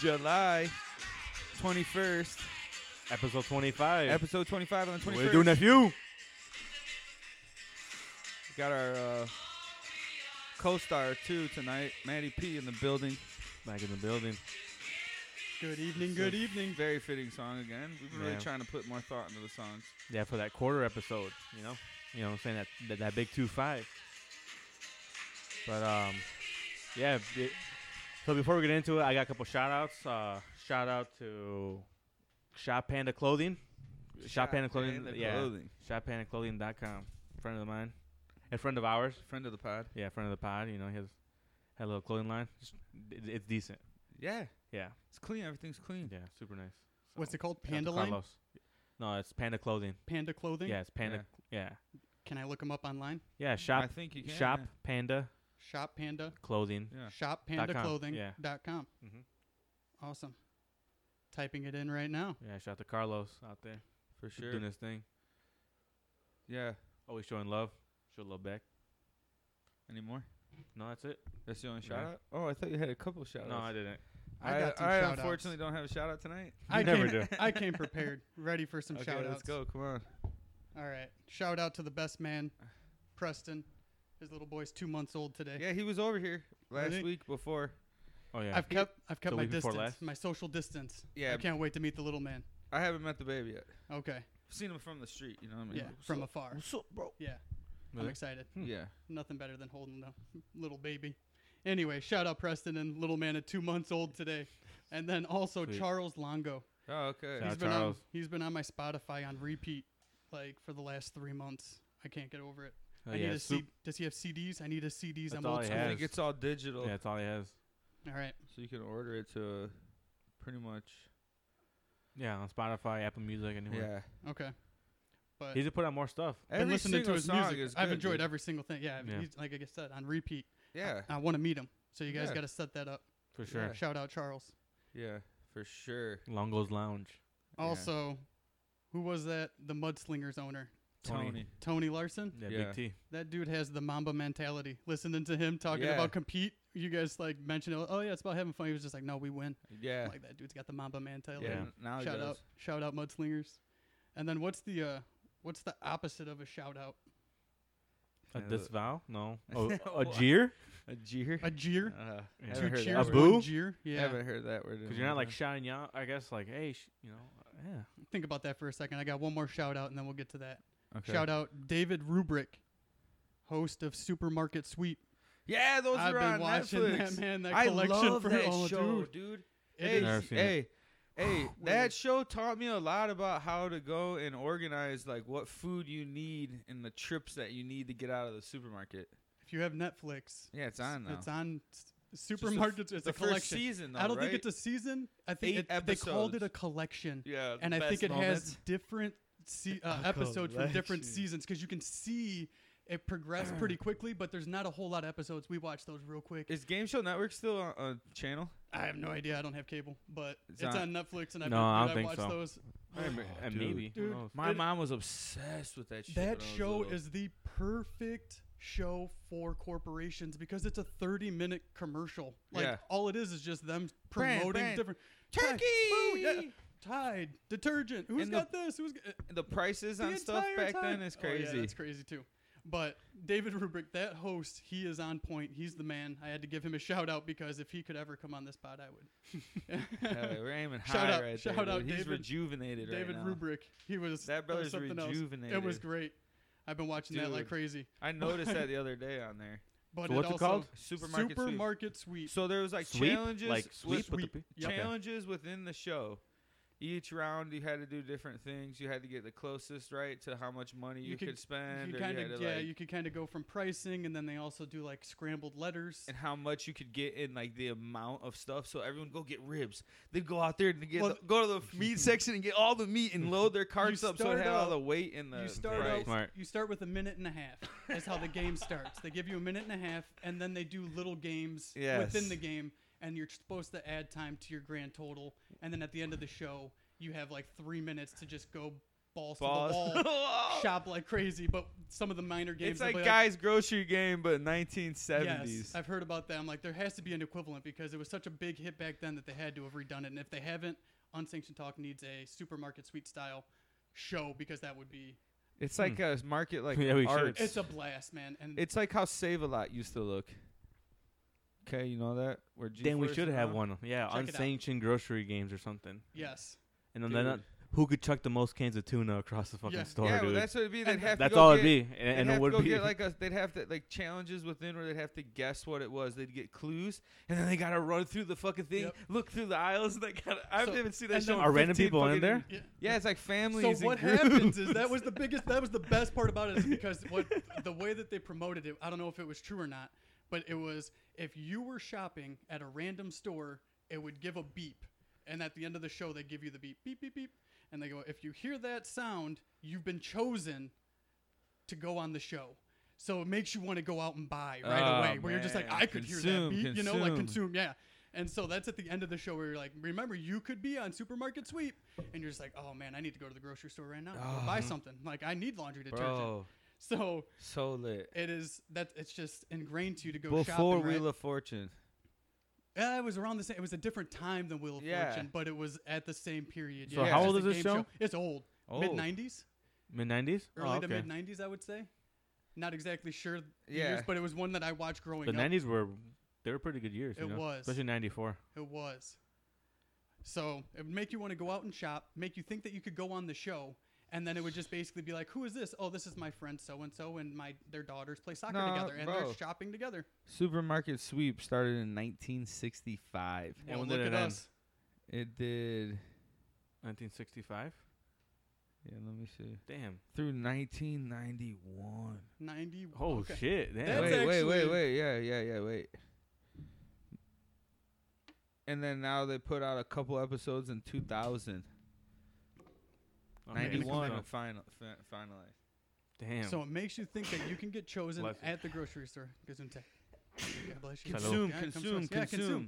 July 21st, Episode 25. episode 25 on the 21st. what do you do, nephew? Got our uh, co-star too tonight, Maddie P in the building. Back in the building. Good evening, good evening. Very fitting song again. We've been Yeah. really trying to put more thought into the songs. Yeah, for that quarter episode, you know? You know what I'm saying? That that, that big 2 5. But, um, yeah. be- so before we get into it, I got a couple shout outs. Uh, shout out to Shop Panda Clothing. Shop Panda Clothing. Panda yeah. Clothing. ShopPandaClothing.com. Friend of mine. A friend of ours. Friend of the pod. Yeah, friend of the pod. You know, he has had a little clothing line. Just, it, it's decent. Yeah, Yeah. it's clean. Everything's clean. Yeah, super nice. Hmm. What's it called? Shout out to Panda line? Carlos. No, it's Panda Clothing. Panda clothing? Yeah, it's Panda. Yeah. Can I look them up online? Yeah, I shop think you can. shop Panda Shop Panda. Clothing. Yeah. Shop Dot Panda com, Clothing. yeah. Dot com. Mm-hmm. Awesome. Typing it in right now. Yeah, shout out to Carlos out there for for sure. doing his thing. Yeah. Always showing love. Show love back. Any more? No, that's it. That's the only Yeah. shout out. Oh, I thought you had a couple shout outs. No, I didn't. I got two I shout-outs. unfortunately don't have a shout out tonight. I never came, do. I came prepared, ready for some okay, shout outs. let's go. Come on. All right. Shout out to the best man, Preston. His little boy's two months old today. Yeah, he was over here last he? week before. Oh yeah. I've kept I've kept The my week before distance, last? my social distance. Yeah, I can't wait to meet the little man. I haven't met the baby yet. Okay. I've seen him from the street. You know what I mean? Yeah. From afar. What's up, bro? Yeah. I'm Really? excited. Hmm. Yeah. Nothing better than holding a little baby. Anyway, shout out Preston and little man at two months old today. And then also Sweet. Charles Longo. Oh, okay. Shout He's out been on, Charles. he's been on my Spotify on repeat like for the last three months. I can't get over it. Oh, I yeah, need a soup. C- does he have CDs? I need a CDs. That's I'm all old he school. I think has. it's all digital, Yeah, that's all he has. All right. so you can order it to pretty much. Yeah, on Spotify, Apple Music, anywhere. Yeah. Okay. But He's put out more stuff. been Every listening to single his song music. is I've good, enjoyed dude. every single thing. Yeah, I mean, Yeah. he's, like I said, on repeat. Yeah. I want to meet him. So you guys Yeah. got to set that up. For sure. Yeah. Shout out Charles. Yeah. For sure. Longo's Lounge. Yeah. Also, who was that? The Mudslingers owner, Tony. Tony. Tony Larson. Yeah, Yeah. Big T. That dude has the Mamba mentality. Listening to him talking Yeah. about compete, you guys like mentioned, oh yeah, it's about having fun. He was just like, no, we win. Yeah. I'm Like that dude's got the Mamba mentality. yeah. n- Now he Shout does. out, shout out Mudslingers. And then what's the uh, what's the opposite of a shout out? A Yeah, the- disavow? Uh, No. Oh, a Well, I- jeer? A jeer. A jeer. Uh, Yeah. haven't Two heard that cheers, word. boo? one jeer. Yeah. Haven't heard that word. in Because a you're not long like time. shouting out. I guess like, hey, sh-, you know, uh, yeah. Think about that for a second. I got one more shout out, and then we'll get to that. Okay. Shout out David Rubrick, host of Supermarket Sweep. Yeah, those I've are been on watching Netflix. that man that I collection love for that all show, dude. dude. It hey, is- Never seen it. hey, hey, Weird. that show taught me a lot about how to go and organize like what food you need and the trips that you need to get out of the supermarket. If you have Netflix, Yeah, it's on now. It's on s- Just the f- Supermarket. it's the a first collection. season. Though, I don't think right? it's a season. I think Eight it, they called it episodes. a collection, yeah, the and I think best it has moments. different se- uh, episodes from collection. different seasons because you can see it progressed pretty quickly. But there's not a whole lot of episodes. We watched those real quick. Is Game Show Network still on a channel? I have no idea. I don't have cable, but it's, It's on, on- Netflix, and I've, No, been, I dude, don't think watched so. those. and dude. maybe. Oh, Dude, Who knows? My It- mom was obsessed with that shit. That when I was show little. is the perfect show for corporations because it's a 30 minute commercial. Like Yeah. all it is is just them Brand, promoting brand. different Tide- turkey. Boom, yeah. Tide, detergent. Who's And the- got this? Who's got, The prices the on stuff entire back time. then is Oh, yeah, crazy. that's crazy too. But David Rubrick, that host, he is on point. He's the man. I had to give him a shout out because if he could ever come on this pod, I would. Yeah, we're aiming high Shout out- right shout there. out dude. He's David- rejuvenated David right now. Rubrick, he was That there brother's was something else. rejuvenated. It was great. I've been watching that like Dude. crazy. I noticed that the other day on there. But So it what's it also called? Supermarket, sweep. Supermarket Sweep. So there was like sweep? challenges, Like with- sweep with the sweep. P? Yep. Okay. challenges within the show. Each round, you had to do different things. You had to get the closest right to how much money You you, could- could, spend, you or kind you had of to, yeah, like- you could kind of go from pricing, and then they also do like scrambled letters. and how much you could get in like the amount of stuff. So everyone go get ribs. They go out there and get Well, the- go to the meat section and get all the meat and load their carts up so start it had all out- the weight and the you start price. out, Smart. you start with a minute and a half. That's how the game starts. They give you a minute and a half, and then they do little games within Yes. the game, and you're supposed to add time to your grand total. And then at the end of the show, you have like three minutes to just go balls, Balls. to the wall, shop like crazy. But some of the minor games, it's they'll like be guys' grocery game, but 1970s. Yes, I've heard about that. I'm like, there has to be an equivalent because it was such a big hit back then that they had to have redone it. And if they haven't, Unsanctioned Talk needs a supermarket suite style show because that would be it's like a market like Hmm. Yeah, we should. arts. it's a blast, man. And It's like how Save a Lot used to look. Okay, you know that. Where Then we G-force should and have all? one. Yeah, Check it out. unsanctioned grocery games or something. yes, And then they're not- Dude. who could chuck the most cans of tuna across the fucking Yeah. store, yeah, well, dude? that's what it'd be. They'd And have to That's go all get, it'd be, and, They'd and have it would to go be. get like a. They'd have to like challenges within where they'd have to guess what it was. They'd get clues, and then they gotta run through the fucking thing, Yep. look through the aisles. They gotta. I've So- never seen that and show. then- in Are random 15 people fucking- in there? yeah. Yeah, it's like families. So and what groups. happens is that was the biggest, that was the best part about it is because what the way that they promoted it, I don't know if it was true or not, but it was if you were shopping at a random store, it would give a beep, and at the end of the show they give you the beep, beep, beep, beep, and they go, if you hear that sound, you've been chosen to go on the show. So it makes you want to go out and buy right Oh, away. Where you're just like, man. I could hear that Consume, beep, you know, like consume. consume, yeah. And so that's at the end of the show where you're like, remember, you could be on Supermarket Sweep, and you're just like, oh man, I need to go to the grocery store right now, Ah. go buy something. Like I need laundry detergent. bro? So So lit. it is that it's just ingrained to you to go Before shopping. Wheel right? of Fortune. Yeah, it was around the same. It was a different time than Wheel of Yeah. Fortune, but it was at the same period. So yeah, how it's old just a is this game show? It's old, Old. mid '90s, Mid nineties? early oh, to okay. mid '90s, I would say. Not exactly sure the Yeah. years, but it was one that I watched growing The up. nineties were they were pretty good years. you It know? was. especially ninety four. It was. So it would make you want to go out and shop, make you think that you could go on the show, and then it would just basically be like, "Who is this? Oh, this is my friend so and so, and my their daughters play soccer No, together, and bro. they're shopping together." Supermarket Sweep started in 1965. And Well, when did look it at end? us. It did. Nineteen sixty five. Yeah, let me see. Damn. Through 1991. Ninety. Oh okay. shit. Damn. That's wait, wait, wait, actually- wait. Yeah, yeah, yeah. Wait. And then now they put out a couple episodes in 2000. Okay, 91 so- final, fi- finally. Damn. So it makes you think that you can get chosen Bless you. at the grocery store. Gesundheit. God bless you. Consume, Yeah, it comes first. Yeah,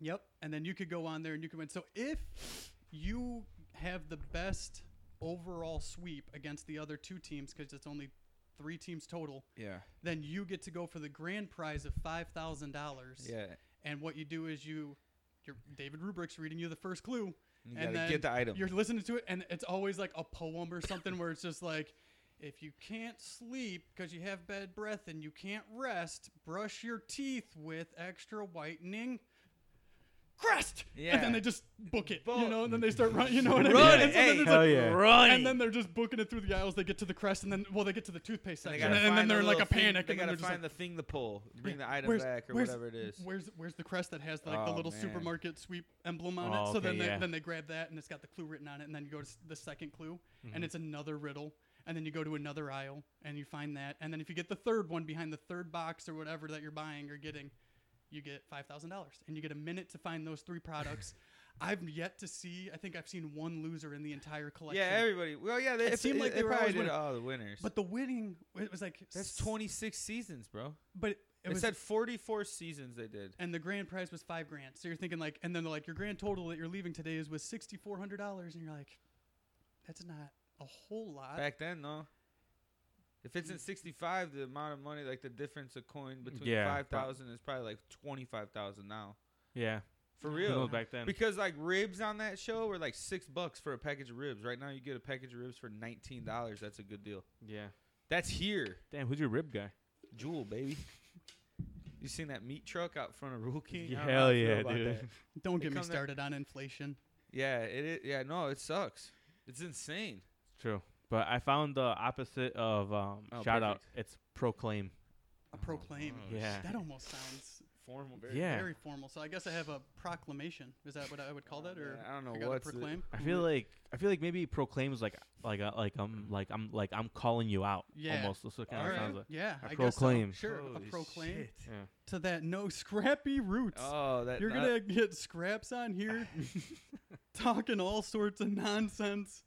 Yep. And then you could go on there and you could win. So if you have the best overall sweep against the other two teams, because it's only three teams total, Yeah. then you get to go for the grand prize of five thousand dollars. Yeah. And what you do is you, your David Rubrick's reading you the first clue, You and gotta then get the item. You're listening to it, and it's always like a poem or something where it's just like, if you can't sleep because you have bad breath and you can't rest, brush your teeth with extra whitening. Crest. And Yeah. then they just book it, Book. you know, and then they start running, you know what I mean? Run And it, so then hey, it's hell like, yeah. and then they're just booking it through the aisles. They get to the crest, and then well, they get to the toothpaste And they section, gotta and, then find the they're in like a little thing- panic. They and gotta then they're just find like, the thing to pull, bring the "Yeah, item where's- back or where's- whatever it is. Where's where's the crest that has like the Oh, little man. supermarket sweep emblem Oh, on it? So okay, then they, yeah. then they grab that, and it's got the clue written on it, and then you go to s- the second clue, Mm-hmm. and it's another riddle. And then you go to another aisle and you find that. And then if you get the third one behind the third box or whatever that you're buying or getting, you get $5,000. And you get a minute to find those three products. I've yet to see, I think I've seen one loser in the entire collection. Yeah, everybody. Well, yeah, they, It if- seemed like it- they it were probably always did winning. all the winners. But the winning, it was like That's s- 26 seasons, bro. But it, It, it was, said 44 seasons they did. and the grand prize was five grand. So you're thinking like, and then they're like, your grand total that you're leaving today is was sixty four hundred dollars, and you're like, that's not a whole lot. Back then, though. If it's Mm. in 65, the amount of money, like the difference of coin between Yeah, prob- 5,000 is probably like 25,000 now. yeah. For Who real. knows back then? Because like ribs on that show were like six bucks for a package of ribs. Right now, you get a package of ribs for nineteen dollars. That's a good deal. yeah. That's here, Damn. Who's your rib guy? Jewel baby. You seen that meat truck out front of Rule King? I don't know how Hell I feel yeah, about dude. that. Don't They get me come that- started on inflation. Yeah, it. Is, yeah, no, it sucks. It's insane. True. But I found the opposite of um, Oh, shout out. perfect. It's proclaim. A proclaim. Oh, Yeah. That almost sounds Formal. yeah. very formal. So I guess I have a proclamation. Is that what I would call that, or Yeah, I don't know got a what's it- proclaim? I feel like I feel like maybe proclaim is like like uh, like I'm like I'm like I'm calling you out. Yeah. Almost. That's what kind All of right. sounds like. yeah, a I proclaim. Guess so. Sure, Holy a proclaim shit. Yeah. to that no scrappy roots. Oh, that. You're not- gonna get scraps on here, talking all sorts of nonsense,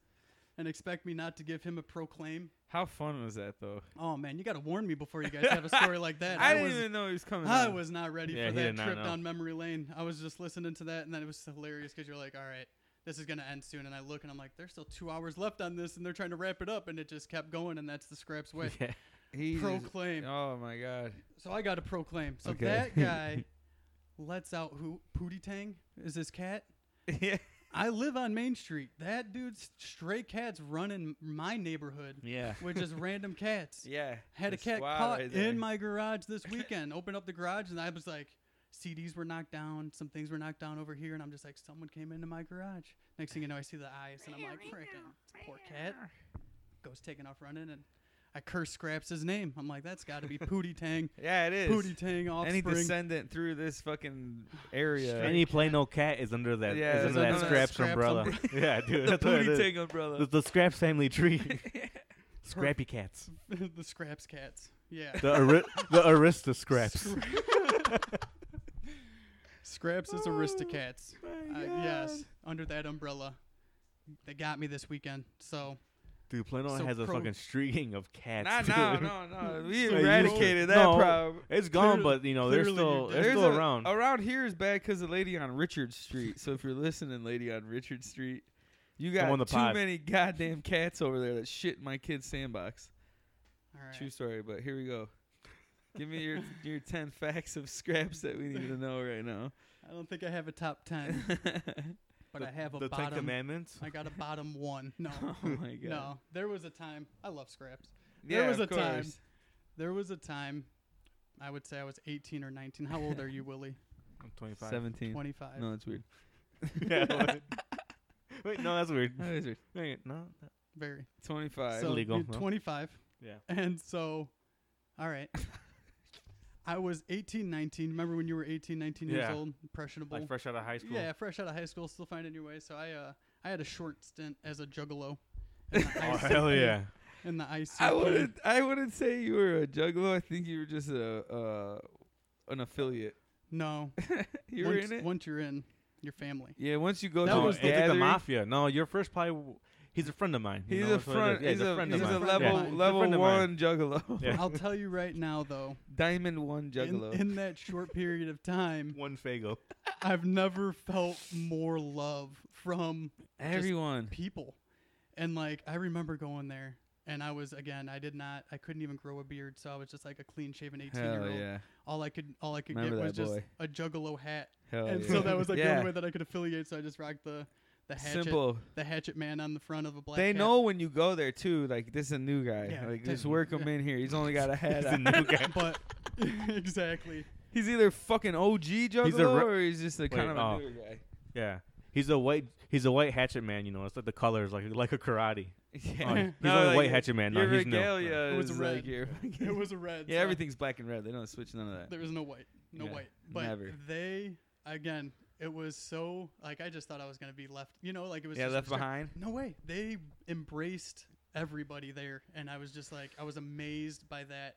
and expect me not to give him a proclaim. How fun was that though? Oh man, you gotta warn me before you guys have a story like that. I, I, didn't was, even know he was coming. I on. was not ready Yeah, for he did that not trip know. down memory lane. I was just listening to that, and then it was hilarious because you're like, all right, this is gonna end soon. And I look and I'm like, there's still two hours left on this, and they're trying to wrap it up, and it just kept going, and that's the scraps way. Yeah. He is- Proclaim. Oh my god. So I got to proclaim. So Okay. that guy lets out who Pootie Tang is this cat. yeah. I live on Main Street. That dude's stray cats running my neighborhood, Yeah. which is random cats. Yeah. Had a that's cat wild caught right there. in my garage this weekend. Opened up the garage and I was like, CDs were knocked down, some things were knocked down over here, and I'm just like, someone came into my garage. Next thing you know, I see the eyes and I'm like, freaking poor cat. Goes taking off running and I curse Scraps his name. I'm like, that's got to be Pootie Tang. Yeah, it is. Pootie Tang Any offspring. descendant through this fucking area. Any play no cat is under that. Yeah, is it's under that under that scraps, scraps umbrella. yeah, dude. the that's what it booty is. tango The, umbrella. the scraps family tree. Scrappy cats. the Scraps cats. Yeah. The Ari- the Arista scraps. Scraps is Aristocats. Oh Uh, yes, under that umbrella. They got me this weekend. So Dude, Plano So has a pro- fucking string of cats. Nah, dude. nah, no, no. We Hey, you- eradicated that No, problem. It's gone, Clearly- but you know they're clearly still you they're There's still a- around. Around here is bad because the lady on Richard Street. So if you're listening, lady on Richard Street, you got on the too pod. many goddamn cats over there that shit in my kid's sandbox. all right. True story, but here we go. Give me your your ten facts of scraps that we need to know right now. I don't think I have a top ten, but the, I have a the Ten bottom. Commandments. I got a bottom one. No, oh my god. no. There was a time. I love Scraps. Yeah, There was of a time. course. There was a time. I would say I was 18 or 19. How old are you, Willie? I'm 25. Seventeen. 25. No, that's weird. Yeah, wait. Wait, no, that's weird. That is weird. Wait, no, that- Very. Twenty-five. So Illegal, you're no? 25. yeah. And so, all right. I was 18, 19. Remember when you were 18, 19 Yeah. years old? Impressionable. Like fresh out of high school. Yeah, fresh out of high school, still finding your way. So I uh, I had a short stint as a juggalo. In the Oh IC hell yeah! In the ICP. I wouldn't. I wouldn't say you were a juggalo. I think you were just a uh, an affiliate. No. you were once, in it. once you're in, your family. yeah, once you go That to no, a was it's like the gathering- mafia. No, your first probably. w- He's a friend of mine. you He's know, a that's what it front. is. Yeah, he's a, friend he's of a mine. friend of level mine. level Friend of mine. one juggalo. Yeah. I'll tell you right now, though. Diamond one In, juggalo. in that short period of time, One fago. I've never felt more love from Everyone. people. And like I remember going there and I was again, I did not I couldn't even grow a beard, so I was just like a clean shaven eighteen year Hell old. yeah. All I could all I could Remember get was that just boy. a juggalo hat. Hell and yeah. so that was like the yeah. only way that I could affiliate, so I just rocked the the hatchet Simple. the hatchet man on the front of a black They hat. know when you go there too. Like this is a new guy. Yeah, like ten- just work him in here. He's only got a hat. He's a on. new guy. but exactly. He's either fucking OG juggalo re- or he's just a kind of a oh. newer guy. Yeah, he's a white. He's a white hatchet man. You know, it's like the colors, like like a karate. Yeah. Oh, he's only white hatchet man. No, Your he's new. regalia Yeah. is It was red. like your- It was a red. yeah, so everything's black and red. They don't switch none of that. There was no white. No Yeah, white. But never. they again, it was so like I just thought I was gonna be left you know, like it was yeah, just left restrict- behind. No way. They embraced everybody there. And I was just like, I was amazed by that.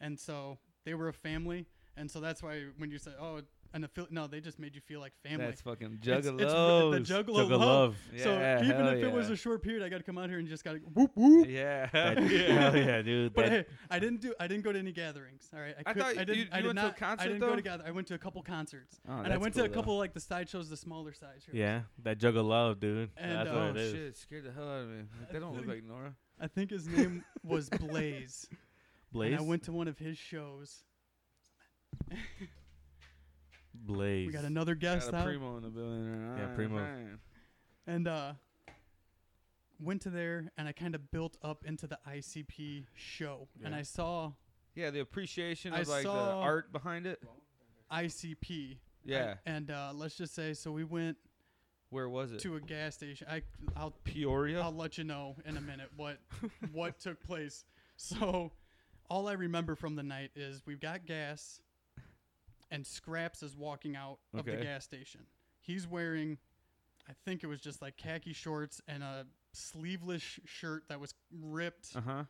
And so they were a family. And so that's why when you say, oh, an affiliate, no, they just made you feel like family. That's fucking It's- it's re- juggalo. the juggalo, Took a love. love. so Yeah, even hell if it was yeah. a short period, I got to come out here and just got to whoop whoop. Yeah. That- yeah. Hell yeah, dude. But that- hey, I didn't do. I didn't go to any gatherings. All right, I, I could, thought I didn't. you- I you did went to a not, concert, I didn't though? go to gather. I went to a couple concerts, Oh, and I that's went cool, to a though. couple like the side shows, the smaller side shows. yeah, that jug of love, dude. And, That's Oh what it is. shit! Scared the hell out of me. Like, they don't look like Nora. I think his name was Blaze. Blaze. And I went to one of his shows. Blaze. We got another guest Got a out, primo in the building. Yeah, Alright, primo. alright. and uh, went to there, and I kind of built up into the ICP show, and Yeah. I saw Yeah, the appreciation I of like the saw- art behind it. ICP. Yeah. And uh, let's just say, so we went Where was it? to a gas station. I, I'll, Peoria. I'll let you know in a minute what, what took place. So, all I remember from the night is we've got gas, and Scraps is walking out of the Okay. gas station. He's wearing, I think it was just like khaki shorts and a sleeveless sh- shirt that was ripped, Uh Uh-huh. huh.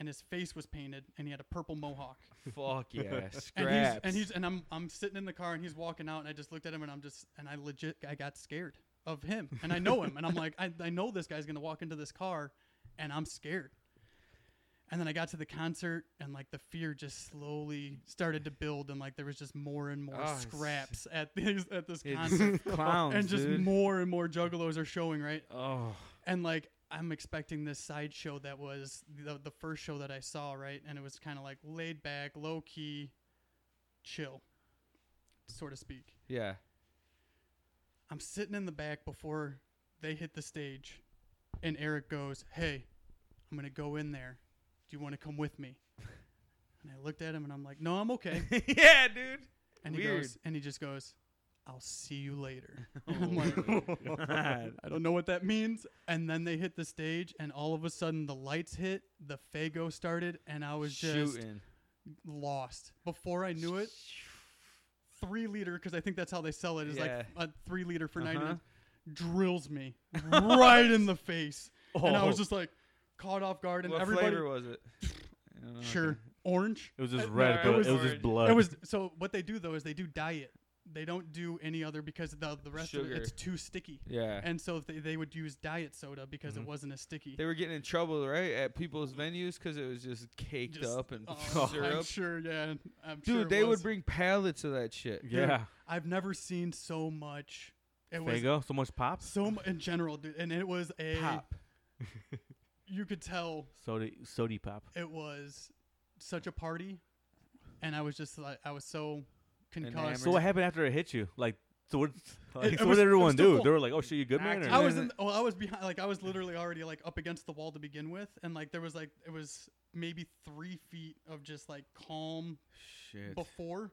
and his face was painted, and he had a purple mohawk. Fuck yeah, And he's, scraps. and he's and I'm I'm sitting in the car and he's walking out and I just looked at him and I'm just and I legit I got scared of him and I know him and I'm like I, I know this guy's gonna walk into this car and I'm scared And then I got to the concert, and like the fear just slowly started to build, and like there was just more and more Oh, it's- scraps at these at this concert, It's clowns, and just dude. more and more juggalos are showing, right? oh, and like I'm expecting this side show that was the, the first show that I saw, right? And it was kind of like laid back, low key, chill, so to speak. Yeah. I'm sitting in the back before they hit the stage, and Eric goes, "Hey, I'm gonna go in there. Do you want to come with me?" And I looked at him and I'm like, "No, I'm okay." yeah, dude. And he Weird. goes, and he just goes, "I'll see you later." And I'm like, I don't know what that means. And then they hit the stage, and all of a sudden the lights hit, the Fago started, and I was just shooting. lost. Before I knew it, three liter, because I think that's how they sell it, is Yeah. like a three liter for Uh-huh. 90 drills me right in the face. And I was Oh. just like caught off guard, and what everybody. flavor was it? I don't know. Sure. Orange. It was just Uh, red, no, but it it was was, orange. just blood. It was so. What they do though is they do dye it. They don't do any other because the the rest of Sugar. it, it's too sticky. Yeah. Mm-hmm. And so they, they would use diet soda because it wasn't as sticky. they were getting in trouble, right, at people's venues because it was just caked Just- up and Oh, I'm syrup. sure, yeah. I'm Dude, sure it they was. would bring pallets of that shit. yeah. I've never seen so much. It There you was go. So much pops. so mu- in general, dude, and it was a Pop. You could tell Soda, sody pop. it was such a party, and I was just like, I was so Enamored. concussed. So what happened after it hit you? Like, so what? Like, it so what did was- it was everyone still do? full. They were like, "Oh shit, you good man?" Acting. Or, I And was then in. Well, I was behind. Like I was literally already like up against the wall to begin with, and like there was like it was maybe three feet of just like calm Shit. before,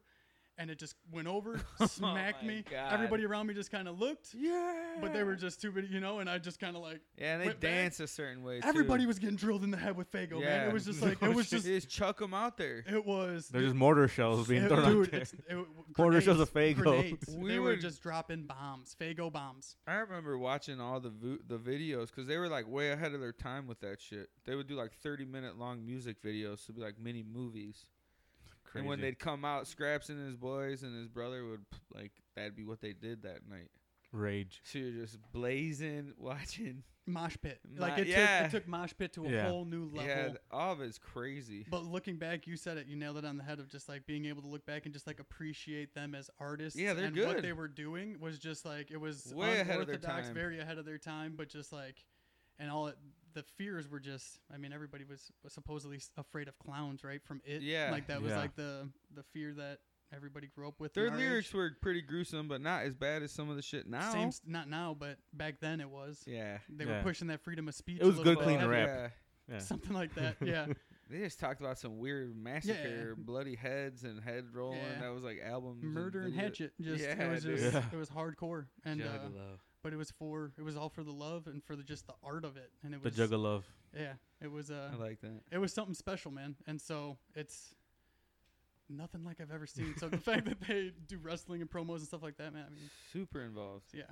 and it just went over, Oh smacked my me. God. Everybody around me just kind of looked, Yeah. but they were just too busy, you know. And I just kind of like Yeah, and they went back. dance a certain way. Everybody too. was getting drilled in the head with Fago, man. It was just like No it was shit. just They chuck them out there. it was. They're just mortar shells being it- thrown dude, out there. it's- it- Quarter shells of grenades, Faygo. grenades. We they were- were just dropping bombs, Fago bombs. I remember watching all the vo- the videos because they were like way ahead of their time with that shit. They would do like thirty minute long music videos to be like mini movies. And when Crazy. they'd come out, Scraps and his boys and his brother would p- like that'd be what they did that night. rage. So you're just blazing, watching. Mosh pit, Ma- like it, yeah. took, it took mosh pit to a Yeah. whole new level. Yeah, th- all of it's crazy. But looking back, you said it. You nailed it on the head of just like being able to look back and just like appreciate them as artists. Yeah, they're and good. What they were doing was just like it was Way ahead of their unorthodox, time. very ahead of their time. But just like, and all it, the fears were just. I mean, everybody was supposedly s- afraid of clowns, right? From it, Yeah. Like that was Yeah. like the the fear that everybody grew up with. in Their our lyrics age. were pretty gruesome, but not as bad as some of the shit now. same, s- not now, but back then it was. yeah. They were Yeah. pushing that freedom of speech. It was a little good, bit clean Oh, heavier. rap. Yeah. Yeah. Something like that. Yeah. They just talked about some weird massacre, bloody heads and head rolling. Yeah. That was like albums. murder and video- hatchet. Just Yeah, it was dude. just Yeah. it was hardcore, and uh, but it was for it was all for the love and for the, just the art of it, and it The was juggle love. yeah, it was uh, I like that. it was something special, man. And so it's nothing like I've ever seen. So the fact that they do wrestling and promos and stuff like that, man, I mean, Super involved. yeah,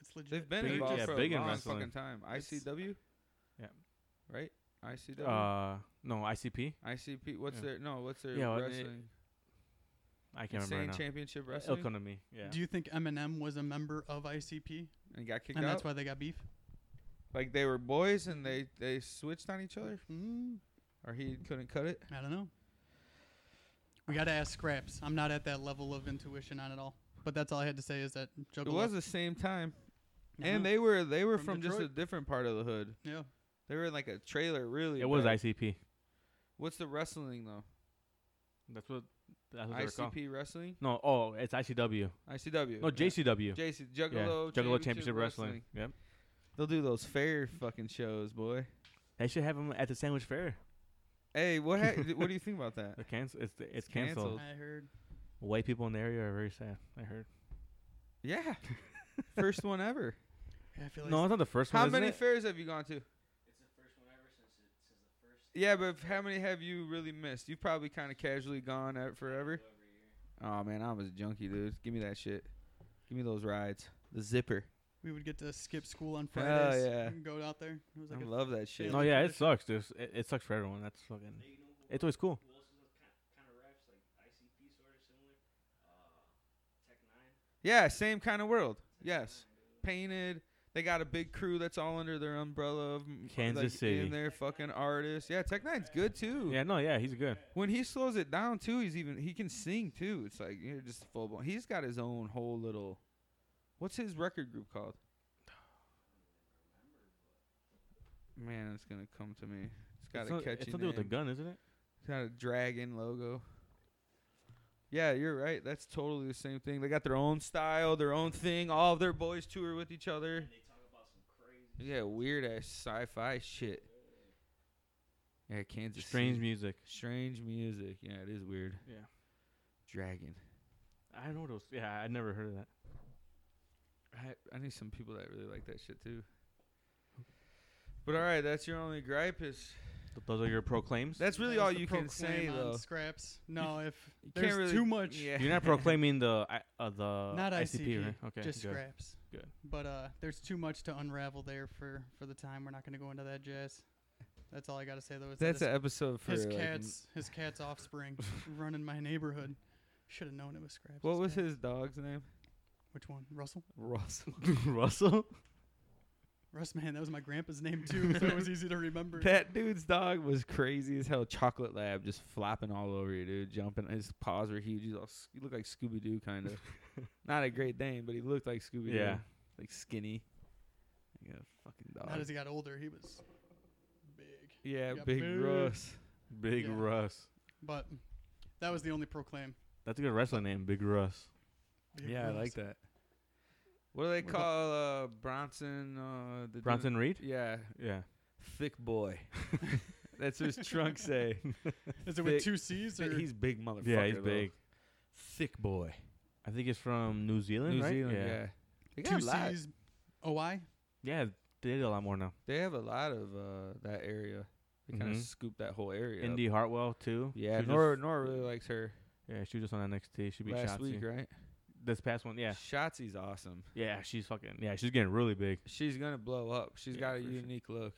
it's legit. They've been Big- involved yeah, for big a in long wrestling. fucking time. It's- ICW. Yeah. Right. ICW. Uh, no ICP. ICP. What's yeah. their no? What's their Yeah, well, it- wrestling? I can't Insane remember right Championship now. Wrestling. It'll come to me. Yeah. Do you think Eminem was a member of ICP, and got kicked and out. that's why they got beef? like they were boys and they they switched on each other, Mm, or he couldn't cut it. I don't know. We gotta ask Scraps. I'm not at that level of intuition on it all. But that's all I had to say is that It Juggalo. was the same time, I and know. they were they were from, Mm-hmm. From just a Detroit. different part of the hood. yeah. They were in like a trailer, really. It was bad. ICP. What's the wrestling though? That's what. That's what they're called. ICP wrestling. No, oh, it's ICW. ICW. No, yeah. JCW. JC yeah. Juggalo. Juggalo Championship Wrestling. Yep. They'll do those fair fucking shows, boy. They should have them at the sandwich fair. Hey, what ha- d- what do you think about that? They're cancel. It's it's canceled. canceled. I heard. White people in the area are very sad. I heard. Yeah, first one ever. I feel like No, it's not the first How one. isn't many it? fairs have you gone to? Yeah, but how many have you really missed? You've probably kind of casually gone out forever. Oh man, I was a junkie, dude. Give me that shit. Give me those rides. The zipper. we would get to skip school on Hell Fridays. Oh, yeah. And go out there. It was like I a- love that shit. No, Like yeah, it tradition. sucks. Dude. It, it sucks for everyone. That's fucking. It's always cool. Yeah, same kind of world. Yes, painted. They got a big crew that's all under their umbrella of m- Kansas like, City. and their fucking artists. Yeah, Tech Nine's good too. Yeah, no, yeah, he's good. When he slows it down too, he's even he can sing too. It's like you're just full blown. He's got his own whole little. What's his record group called? Man, it's gonna come to me. It's got it's a not- catchy It's something with a name. gun, isn't it? It's got a dragon logo. Yeah, you're right. That's totally the same thing. They got their own style, their own thing. All of their boys tour with each other. Yeah, weird ass sci-fi shit. Yeah, Kansas. Strange City. music. Strange music. Yeah, it is weird. Yeah. Dragon. I know those. Yeah, I never heard of that. I, I need some people that really like that shit too. But all right, that's your only gripe is Th- Those are your proclaims. that's really That all was the you can proclaim say on though. Scraps. No, if You there's really- too much, Yeah. You're not proclaiming the I- uh, the not ICP, ICP, right? Okay, just good. scraps. Good. But uh, there's too much to unravel there for for the time. We're not going to go into that jazz. That's all I got to say though. Is that That's his- an episode for his like, m- cat's his cat's offspring running my neighborhood. Should have known it was Scraps. What was cat. his dog's name? Which one? Russell. Russell. Russell. Russ, man, that was my grandpa's name too, so it was easy to remember. That dude's dog was crazy as hell. Chocolate lab just flopping all over you, dude. Jumping. His paws were huge. He's all, s- he looked like Scooby Doo, kind of. Not a great Dane, but he looked like Scooby Doo. Yeah. Like skinny. Like a fucking dog. Not as he got older, he was big. yeah, got big big. Russ. Big Yeah. Russ. But that was the only proclaim. That's a good wrestling name, Big Russ. Big yeah, I Russ. like that. What do they What about- call uh, Bronson? Uh, the dude- Bronson Reed. Yeah, Yeah. thick boy. That's what his trunk say. Is it with thick- two C's or he's big motherfucker. Yeah, he's though. big. Thick boy. I think it's from New Zealand, New right? Zealand. Yeah. yeah. They got two a lot. C's? OI? Yeah, they did a lot more now. They have a lot of uh, that area. They kind Mhm. of scoop that whole area. up. Indy Hartwell too. Yeah, She was Nora, just- Nora really likes her. yeah, she was just on NXT. She beat Last Shotzi. week, right? This past one, yeah, Shotzi's awesome. yeah, she's fucking, yeah, she's getting really big. She's gonna blow up. She's Yeah, got a for sure. unique look.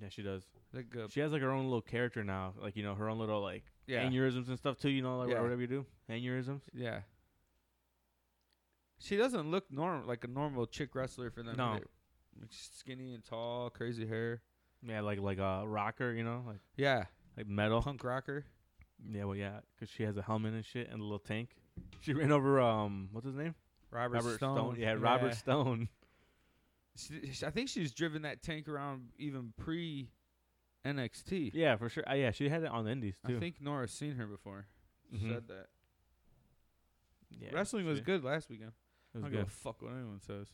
Yeah, she does. Look good. She has like her own little character now, like you know, her own little like Yeah, aneurysms and stuff too. You know, like Yeah. whatever you do, aneurysms. yeah. She doesn't look normal like a normal chick wrestler for them. No. either. Like, she's skinny and tall, crazy hair. Yeah, like like a rocker, you know, like Yeah, like metal. punk rocker. Yeah, well, yeah, because she has a helmet and shit and a little tank. She ran over um, what's his name? Robert, Stone. Yeah, Robert Stone. She- she- I think she's driven that tank around even pre NXT. Yeah, for sure. Uh, yeah, she had it on Indies too. I think Nora's seen her before. Mhm. Said that. Yeah, Wrestling was she- good last weekend. It was I don't good. give a fuck what anyone says.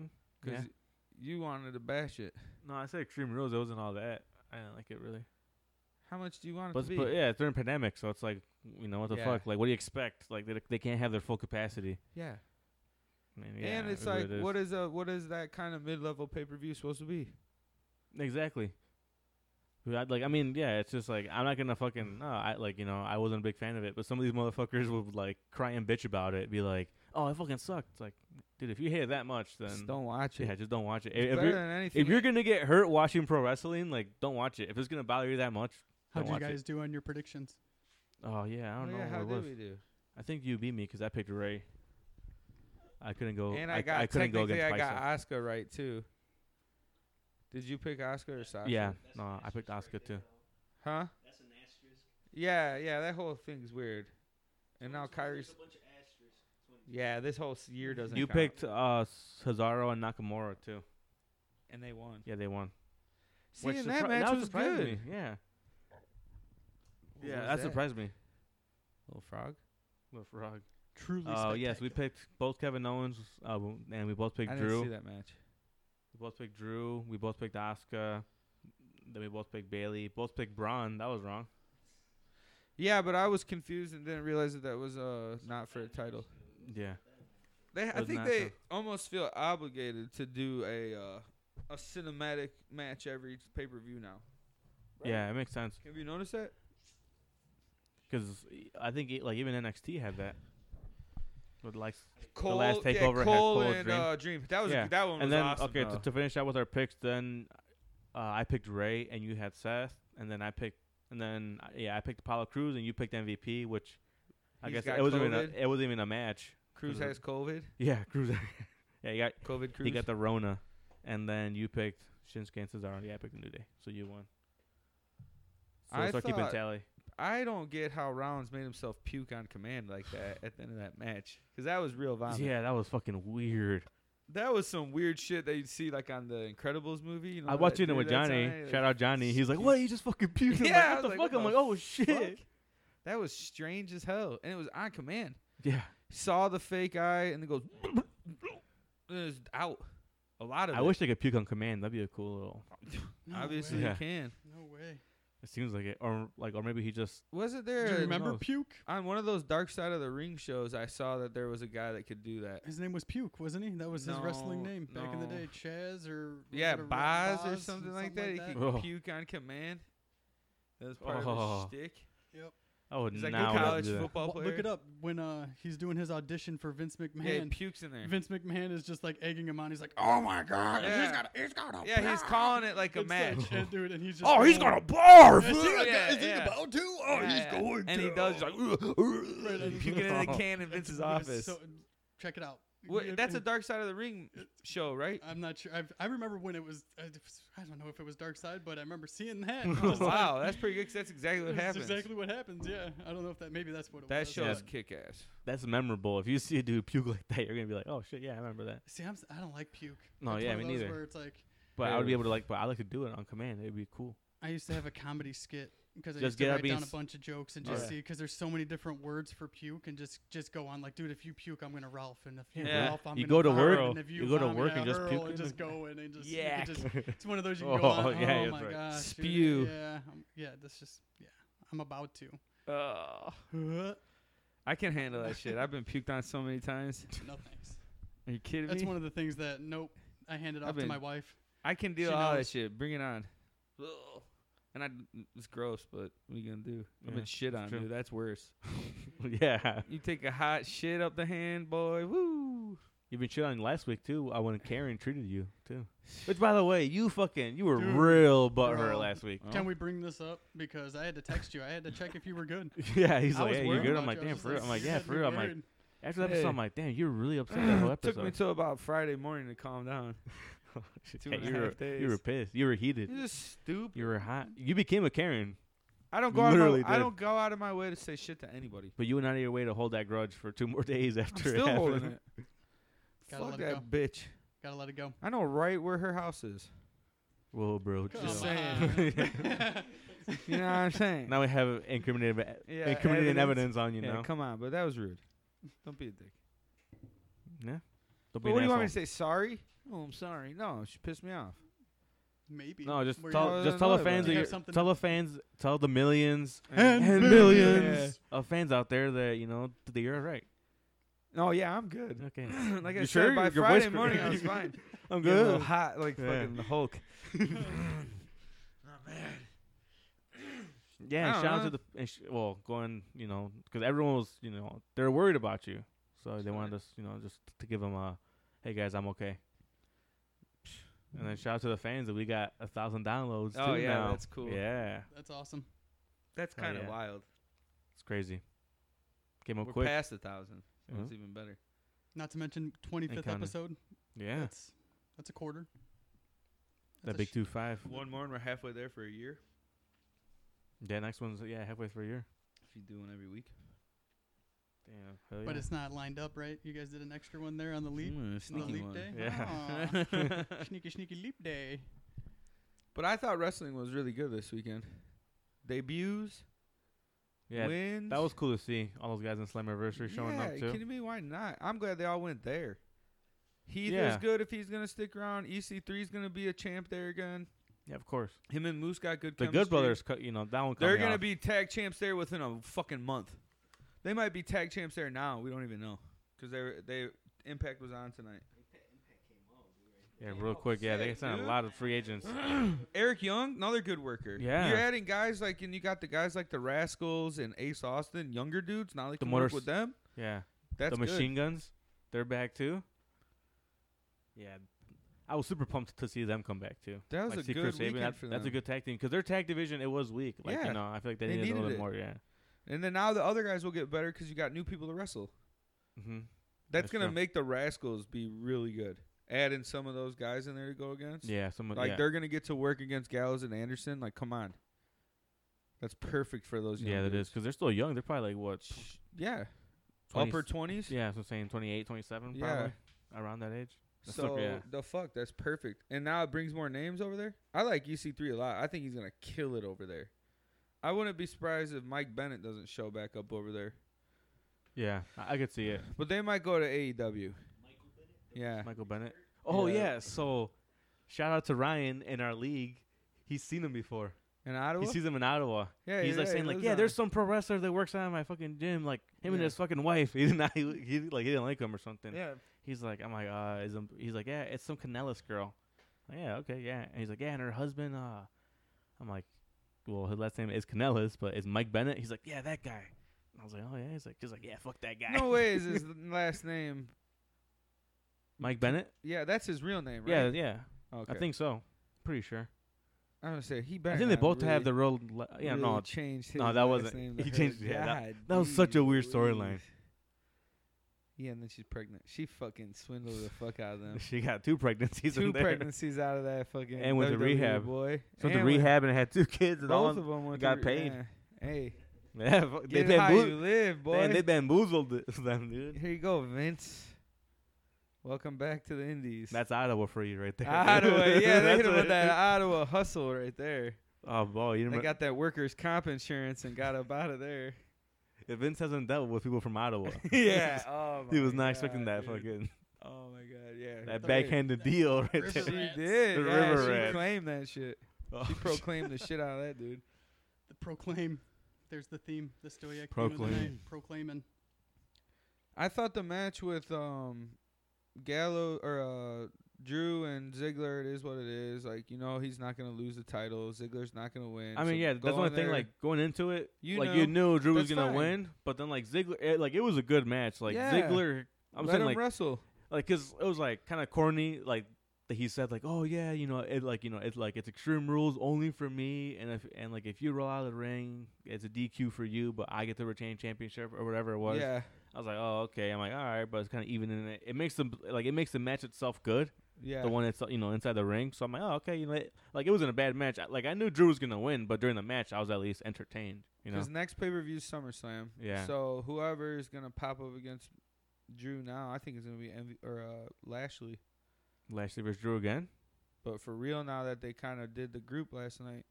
Mm, Because yeah. you wanted to bash it. No, I said Extreme Rules. It wasn't all that. I didn't like it really. How much do you want it But, to it's- be? but yeah, it's during pandemic, so it's like you know what the Yeah. fuck? Like, what do you expect? Like they they can't have their full capacity. Yeah. I mean, and yeah, it's it like, is. what is a what is that kind of mid level pay per view supposed to be? Exactly. Who I'd like. I mean, yeah, it's just like I'm not gonna fucking. No, I like you know I wasn't a big fan of it, but some of these motherfuckers would like cry and bitch about it, be like, "Oh, it fucking sucked." It's like, dude, if you hate it that much, then Just don't watch it. yeah, just don't watch it. It's If, if better you're, than anything. if you're gonna get hurt watching pro wrestling, like don't watch it. If it's gonna bother you that much, How'd don't you watch it. guys do on your predictions? oh yeah, I don't Oh, know yeah, how what it was. did we do? I think you beat me because I picked Ray. I couldn't go. and I got I couldn't go technically against I got Bicep. Oscar right too. Did you pick Oscar or Sasha? Yeah, no, I picked Oscar too. Huh? That's an asterisk. Yeah, yeah. That whole thing's weird. And now It's when Kyrie's. there's a bunch of asterisks. It's when- Yeah, this whole s- year doesn't. You count. picked uh, Cesaro and Nakamura too. and they won. Yeah, they won. See, and that surpri- match was surprised good. Me. Yeah, What yeah, was that surprised me. Little frog. Little frog. Truly Oh yes, we picked both Kevin Owens, uh, w- and we both picked I didn't Drew. see We that match. both picked Drew. We both picked Asuka. Then we both picked Bailey. Both picked Braun. That was wrong. Yeah, but I was confused and didn't realize that that was uh not for a title. Yeah. They, I was think not they though. almost feel obligated to do a uh, a cinematic match every pay per view now. Right. Yeah, it makes sense Have you noticed that? because I think e like even NXT had that. With like Cole, last yeah, takeover had Cole Cole's and dream. Uh, Dream. That was Yeah, that one. and was then awesome, okay to, though. to finish out with our picks then uh, i picked ray and you had seth and then i picked and then uh, yeah i picked apollo cruz and you picked mvp which i He's guess got it wasn't even COVID. a, it wasn't even a match Cruz to the- has COVID. yeah cruz Yeah, you got COVID you cruise. got the Rona, and then you picked Shinsuke and Cesaro. Yeah, I picked the New Day, so you won. So I let's start keeping thought- tally. I don't get how Rollins made himself puke on command like that at the end of that match because that was real vomit. Yeah, that was fucking weird. That was some weird shit that you'd see like on the Incredibles movie. You know, I that watched it dude with that's Johnny. high, like, Shout out Johnny. He's like, "Fuck "What? You just fucking puked." I'm Yeah, I was like, like, what the fuck? I'm what like, the "Oh shit." fuck?" That was strange as hell, and it was on command. Yeah, Saw the fake eye and then goes, and it's out. A lot of I it. wish they could puke on command. That'd be a cool little. No Obviously, way. you Yeah. can. No way. It seems like it, or like, or maybe he just. Wasn't there? Do you a- remember knows? Puke? on one of those Dark Side of the Ring shows? I saw that there was a guy that could do that. His name was Puke, wasn't he? That was his wrestling No, name back in the no. day. Chaz or was Yeah, it a Ra- Boz or Boz, something like that. He could that. Ugh. puke on command. That was part part of his of Oh. his shtick. I would He's like now a college do that. football Wa- player. Look it up when uh, he's doing his audition for Vince Yeah, he McMahon. pukes in there. Vince McMahon is just like egging him on. He's like, "Oh my god, Yeah. he's gonna, he's gonna." Yeah, he's barf." calling it like a It's match. Like, and dude, and he's just. Oh, he's going. gonna barf. Is he, Yeah, is he yeah. about to? Oh, Yeah, he's yeah. going and to. he does. He's like Right, and- puking in the can in It's- Vince's it's office. so- check it out. Wha- It- that's a it- Dark Side of the Ring show, right? I'm not sure. I've, I remember when it was. I d- I don't know if it was Dark Side, but I remember seeing that. and I was like, Oh, wow, that's pretty good. 'cause that's exactly what That's happens. exactly what happens. Yeah, I don't know if that maybe that's what it that was. show is but- kick ass. That's memorable. If you see a dude puke like that, you're gonna be like, "Oh shit, yeah, I remember that." See, I'm, s- I don't like puke. No, That's yeah, one of me those neither. Where it's like But I would be Yeah. able to like, but I like to do it on command. It'd be cool. I used to have a comedy skit because I Just used get to out write being down a s- Oh, bunch of jokes and just Yeah. see because there's so many different words for puke and just just go on like, dude, if you puke, I'm gonna Ralph, and if you Yeah. Ralph, I'm You gonna go to vomit, work- and if you go to vomit, work I and just hurl puke and in just the- go in and just, you Yak. can just it's one of those you can go Oh, on. yeah, oh that's my right. gosh, dude, Spew. yeah, I'm, yeah, that's just yeah. I'm about to. Ugh. no I can handle that shit. I've been puked on so many times. thanks. Are you kidding That's me? one of the things that nope, I handed I've off to my been- wife. I can deal She all that knows. shit. Bring it on. Ugh. And I, it's gross, but what are you gonna do? I've Yeah, been shit on, that's true. dude. That's worse. yeah, You take a hot shit up the hand, boy. Woo. you've been shit on last week too. I when Karen treated you too. Which, by the way, you fucking you were Dude, real butthurt bro. last week. Oh. Can we bring this up because I had to text you. I had to check if you were good. yeah, he's I like, was "Hey, worried you good?" about I'm like, you. I "Damn, was for real." I'm like, "Seriously, "Yeah, for real." I'm like, dude." after the episode, Hey. I'm like, "Damn, you're really upset that whole episode." Took me till about Friday morning to calm down. two and a you were, half days. You were pissed. You were heated. You're just stupid. You were hot. You became a Karen, I don't go out. Of Literally my, I did. don't go out of my way to say shit to anybody. but you went out of your way to hold that grudge for two more days I'm after. still it holding happened. it. Gotta Fuck let that it bitch. gotta let it go. I know right where her house is. Whoa, bro. chill. Come Just on. You know what I'm saying? Now we have incriminating, ev- Yeah, incriminating evidence. evidence. on you yeah, now. come on, but that was rude. Don't be a dick. Yeah. Don't But what do you want me to say? Sorry? Oh, I'm sorry. No, she pissed me off. Maybe. No, just Were you- tell, no, just no, tell no, the no. fans, You of have your, something- tell the fans, tell the millions And and millions. millions of fans out there that you know that you're all right. Oh yeah, I'm good. Okay, like I You said, sure? by Your voice Friday cra- morning I was fine. I'm Get a little good. hot like Yeah. fucking the Hulk. Yeah, I and don't shout out to know. the and sh- well, going you know because everyone was you know they're worried about you, so they wanted us you know just to give them a, hey guys, I'm okay. And then shout out to the fans that we got a thousand downloads. Oh, too yeah, now. that's cool. Yeah, That's awesome. That's Oh, kind of yeah. wild. it's crazy. Came up We're quick. past a thousand. so Mhm. It's even better. Not to mention 25th counting. episode. yeah, That's that's a quarter. That's that a big sh- two five. One more, and we're halfway there for a year. Yeah, next one's yeah halfway through a year. If you do one every week. Damn, hell But yeah. Mm-hmm. it's not lined up, right? You guys did an extra one there on the leap, Mm, on the sneaky leap one. day. Yeah. Aw. sneaky, sneaky leap day. But I thought wrestling was really good this weekend. Debuts, yeah. wins. That was cool to see all those guys in Slammiversary showing yeah, up you too. kidding me? Why not? I'm glad they all went there. Heath is Yeah. good if he's gonna stick around. EC3 is gonna be a champ there again. Yeah, of course. Him and Moose got good. The chemistry. Good Brothers, cut you know that one. They're coming gonna off. be tag champs there within a fucking month. They might be tag champs there now. We don't even know because they were- they Impact was on tonight. Yeah, real quick. Yeah, they sent a dude. lot of free agents. Eric Young, another good worker. Yeah. you're adding guys like, and you got the guys like the Rascals and Ace Austin, younger dudes. Now they The can work Motors- with them. Yeah, That's the good. machine guns, they're back too. Yeah, I was super pumped to see them come back too. That was Like a see good Chris Sabin, weekend that- for That's a them. good tag team because their tag division it was weak. Like Yeah. you know, I feel like they, They needed, a needed little bit it. more. Yeah. And then now the other guys will get better because you got new people to wrestle. hmm That's, That's gonna true. make the Rascals be really good. Adding some of those guys in there to go against. Yeah, someone Like yeah. they're gonna get to work against Gallows and Anderson. Like, come on. That's perfect for those. Young yeah, that dudes. is because they're still young. They're probably like what Yeah. 20 Upper twenties. Yeah, so I'm saying 28, 27, Yeah. probably around that age. That's So still- yeah. the fuck, that's perfect. And now it brings more names over there. I like EC3 a lot. I think he's gonna kill it over there. I wouldn't be surprised if Mike Bennett doesn't show back up over there. Yeah, I, I could see it. But they might go to AEW. Michael Bennett. Yeah. Michael Bennett. Oh Yeah. yeah. So shout out to Ryan in our league. He's seen him before. In Ottawa. He sees him in Ottawa. yeah. He's like yeah, he saying like, lives yeah, down there's some pro wrestler that works out of my fucking gym. Like him and Yeah. his fucking wife. He did not. He, he like he didn't like him or something. there. Yeah. He's like, I'm like, uh, is him, he's like, yeah, it's some Canellis girl. Like, yeah, okay, yeah. And he's like, yeah, and her husband, uh, I'm like, well, his last name is Canellis, but it's Mike Bennett. He's like, yeah, that guy. And I was like, oh yeah. He's like, just like, yeah, fuck that guy. No way is his last name. Mike Bennett. Yeah, that's his real name, Yeah, right? yeah. Okay. I think so. Pretty sure. I'm gonna say he better. I think they not both really- have the real. Le- yeah, really no, changed. His no, that last wasn't- name to he her. changed- yeah, that- God, that was such a weird geez storyline. Louise. Yeah, and then she's pregnant. She fucking swindled the fuck out of them. she got two pregnancies. Two in there. pregnancies out of that fucking And went to WWE rehab. boy. So And the went- rehab and had two kids and all. Both of them went got to paid. yeah. Hey, Yeah, fuck, they they get it how you bamboozled. live, boy. Man, they bamboozled th- them, dude. Here you go, Vince. Welcome back to the Indies. That's Ottawa for you right there. Ottawa. Yeah, they That's hit him with it. that Ottawa hustle right there. Oh boy, you They remember? got that workers' comp insurance and got up out of there. if Vince hasn't dealt with people from Ottawa, yeah. Oh my he was not expecting God, that dude. fucking Oh my god. Yeah. that Okay. backhanded deal right River there. She Rats. did. The yeah, river Oh. she rats. claimed that shit. She proclaimed the shit out of that dude. The proclaim. There's the theme. The stoic Theme of the Proclaim. night. Proclaiming. I thought the match with um Gallo or uh Drew and Ziggler, it is what it is. Like you know, he's not gonna lose the title. Ziggler's not gonna win. I mean, So yeah, go that's one in thing. there- Like going into it, You like you knew Drew was That's gonna fine. win, but then like Ziggler, it, like it was a good match. Like Yeah. Ziggler, I'm let saying him like wrestle. like because it was like kind of corny like that he said like oh yeah you know it like you know it's like it's extreme rules only for me and if and like if you roll out of the ring it's a dq for you but i get to retain championship or whatever it was Yeah, i was like oh okay i'm like all right but it's kind of even in it it makes the like it makes the match itself good yeah. the one that's you know inside the ring so i'm like oh okay you know it- like it wasn't a bad match I- like i knew drew was gonna win but during the match i was at least entertained you know Because next pay per view is SummerSlam. Yeah. So whoever is gonna pop up against Drew now, I think it's gonna be MV- or uh, Lashley. lashley versus drew again But for real, now that they kind of did the group last night,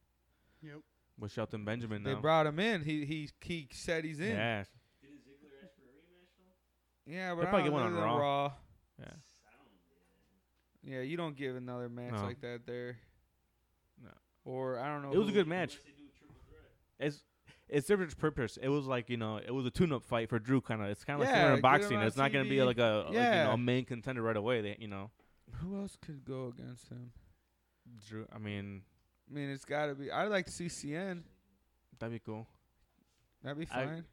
Yep. with shelton benjamin they now brought him in. He he he said he's in. Yeah, yeah Didn't Ziggler ask for a rematch though? but probably I get don't one give on them Raw. Raw. yeah I don't know. Yeah, you don't give another match No. like that there. No. Or I don't know. it was a who- good match Unless they do a triple threat. it's it served its purpose. It was like you know, it was a tune-up fight for Drew. Kind of, it's kind of like Yeah, get similar to him boxing. on It's not going to be TV. like a like, you Yeah. know a main contender right away. That you know, Who else could go against him? Drew. I mean, I mean, it's got to be. I'd like to see CN. that'd be cool. That'd be I- fine.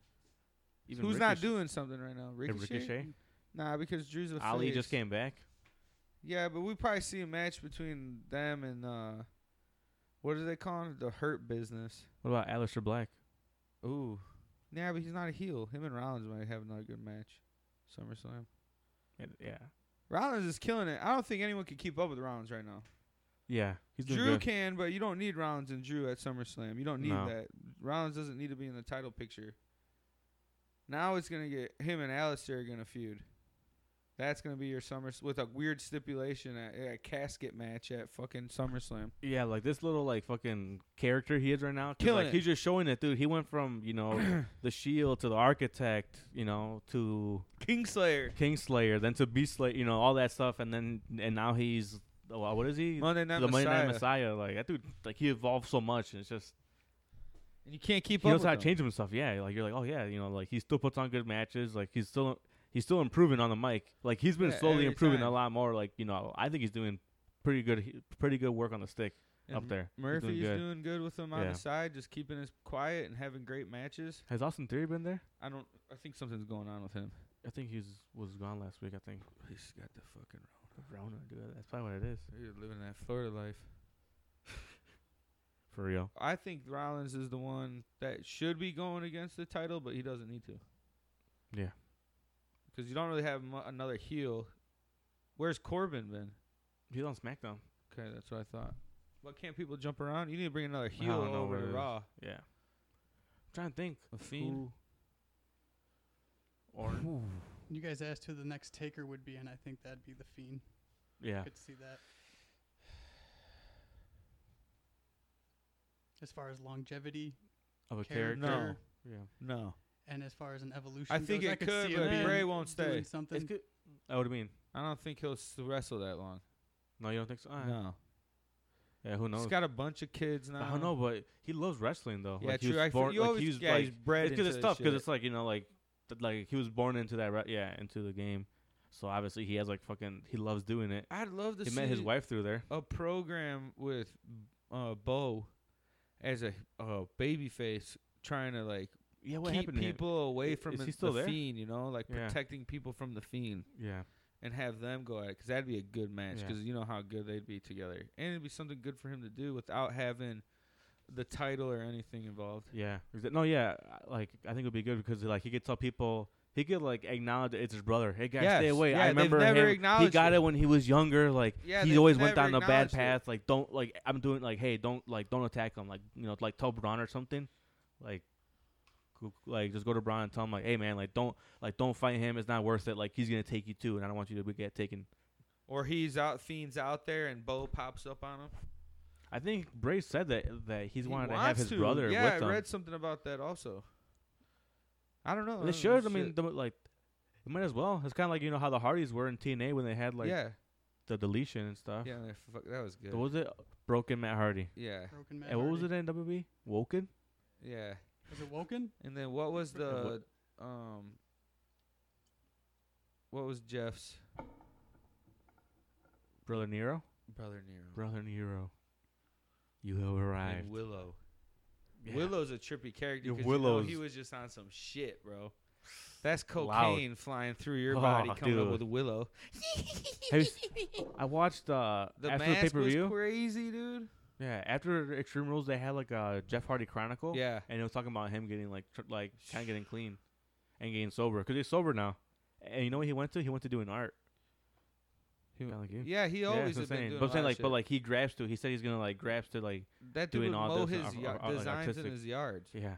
Even Who's not Ricochet- doing something right now? Hey, Ricochet. Ricochet? Nah, because Drew's a Ali face. just came back. Yeah, but we probably see a match between them and uh, what do they call it? The Hurt Business. What about Aleister Black? Ooh. Nah, but he's not a heel. Him and Rollins might have another good match. SummerSlam. Yeah, Yeah, Rollins is killing it. I don't think anyone can keep up with Rollins right now. yeah. He's doing Drew good. can, but you don't need Rollins and Drew at SummerSlam. You don't need No. that. Rollins doesn't need to be in the title picture. Now it's gonna get him and Alistair are gonna feud. That's gonna be your summer with a weird stipulation at a casket match at fucking SummerSlam. Yeah, like this little like fucking character he is right now. 'cause, Killing like, it. He's just showing it, dude. He went from you know the Shield to the Architect, you know, to Kingslayer Kingslayer, then to Beastlayer, you know, all that stuff, and then and now he's oh, what is he? Monday Night the Messiah. Monday Night Messiah. Like that dude, like he evolved so much, and it's just And you can't keep he up knows with how to him. change himself. Yeah, like you're like, oh yeah, you know, like he still puts on good matches. Like he's still he's still improving on the mic. Like he's been Yeah, every slowly improving time. a lot more. Like you know, I think he's doing pretty good, he- pretty good work on the stick up there. He's doing Mm-hmm. Murphy's doing good. good. with him on Yeah. the side, just keeping his quiet and having great matches. Has Austin Theory been there? I don't. I think something's going on with him. I think he was- was gone last week. I think He's got the fucking. Rona, dude. That's probably what it is. You're living that Florida life. For real. I think Rollins is the one that should be going against the title, but he doesn't need to. Yeah. because you don't really have mu- another heel. Where's Corbin been? He's on SmackDown. Okay, that's what I thought. But can't people jump around? You need to bring another heel don't know over what it to is. Raw. Yeah. I'm trying to think. A fiend. Who- Or You guys asked who the next taker would be, and I think that'd be the Fiend. yeah. Good to see that. As far as longevity, Of a character, character. No. Yeah. No, and as far as an evolution, I think goes, it I could, could, see but him being- Bray won't doing stay. Something. It's good. Oh, what do you mean? I don't think he'll s- wrestle that long. No, you don't think so? All right. No, Yeah, who knows? he's got a bunch of kids now. I don't know, but he loves wrestling though. Yeah, like, He true. was I feel- born, you like, always he was, yeah, like, he's bred it's 'cause into it's this tough shit. because it's like you know like th- like he was born into that ra- yeah into the game, so obviously he has like fucking he loves doing it. I'd love to He see met his wife through there. a program with uh, Bo as a uh, baby face trying to like Yeah, what keep happened to him? people away I- from is the, he still the there? fiend, you know, like Yeah. protecting people from the fiend Yeah, and have them go at it because that'd be a good match Yeah. because you know how good they'd be together and it'd be something good for him to do without having the title or anything involved. yeah. Exa- No, yeah. I- Like I think it would be good because like he could tell people. He could like acknowledge it's his brother. Hey guys, stay Yes, away. yeah, I they've remember never him. He acknowledged got it. it when he was younger. Like Yeah, he they've always went never down a bad acknowledged it. path. Like don't like I'm doing like hey don't like don't attack him. Like you know like tell Braun or something. Like go- like just go to Braun and tell him like hey man like don't like don't fight him. It's not worth it. Like he's gonna take you too, and I don't want you to be- get taken. Or he's out, fiends out there, and Bo pops up on him. I think Bray said that that he's He wanted to have wants his brother Yeah, with I him. read something about that also. I don't know. They don't know should. I mean, Oh, shit. the, like, they might as well. It's kind of like you know how the Hardys were in TNA when they had like uh, yeah, the deletion and stuff. yeah, they fuck- that was good. What was it? Broken Matt Hardy. yeah, Broken Matt and what was it Hardy. in WWE? Woken. yeah. Was it Woken? And then what was Yeah, the um what was Jeff's Brother Nero. brother Nero? Brother Nero. You have arrived. And Willow. Yeah. Willow's a trippy character Your 'cause you know he Willow's- was just on some shit, bro. That's Loud. cocaine flying through your Oh, body coming up dude. with Willow. Have you s- I watched uh, The after the mask pay per was view. crazy, dude. Yeah, after Extreme Rules, they had like a Jeff Hardy Chronicle. Yeah. and it was talking about him getting like tr- like kind of getting clean and getting sober because he's sober now. And you know what he went to? He went to do an art. He- Kinda like you. Yeah, he always that's what has been I'm saying. doing. But a I'm saying lot like, of shit. but like he grabs to. He said he's gonna like grabs to like that dude doing would all mow this his and ar- yard- ar- like designs in artistic- his yard, yeah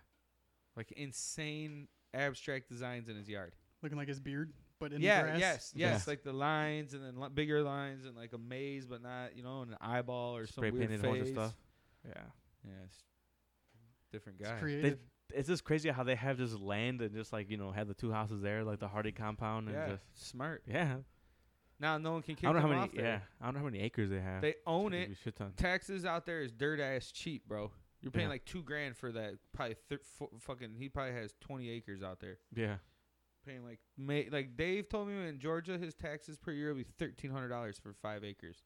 like insane abstract designs in his yard. Looking like his beard, but in yeah, grass. yes, Yeah. yes, like the lines and then li- bigger lines and like a maze, but not you know an eyeball or spray some weird painted horse and phase. stuff. Yeah, Yeah, it's different It's guy. creative. it's just crazy how they have this land and just like you know have the two houses there, like the Hardy compound and yeah, just smart. yeah. Now no one can kick I don't know how them many. off there. Yeah, I don't know how many acres they have. They own It's it. gonna be a Shit ton. Taxes out there is dirt ass cheap, bro. You're paying Yeah. like two grand for that. Probably thir- fo- fucking. He probably has twenty acres out there. Yeah, Paying like ma- like Dave told me in Georgia, his taxes per year will be thirteen hundred dollars for five acres.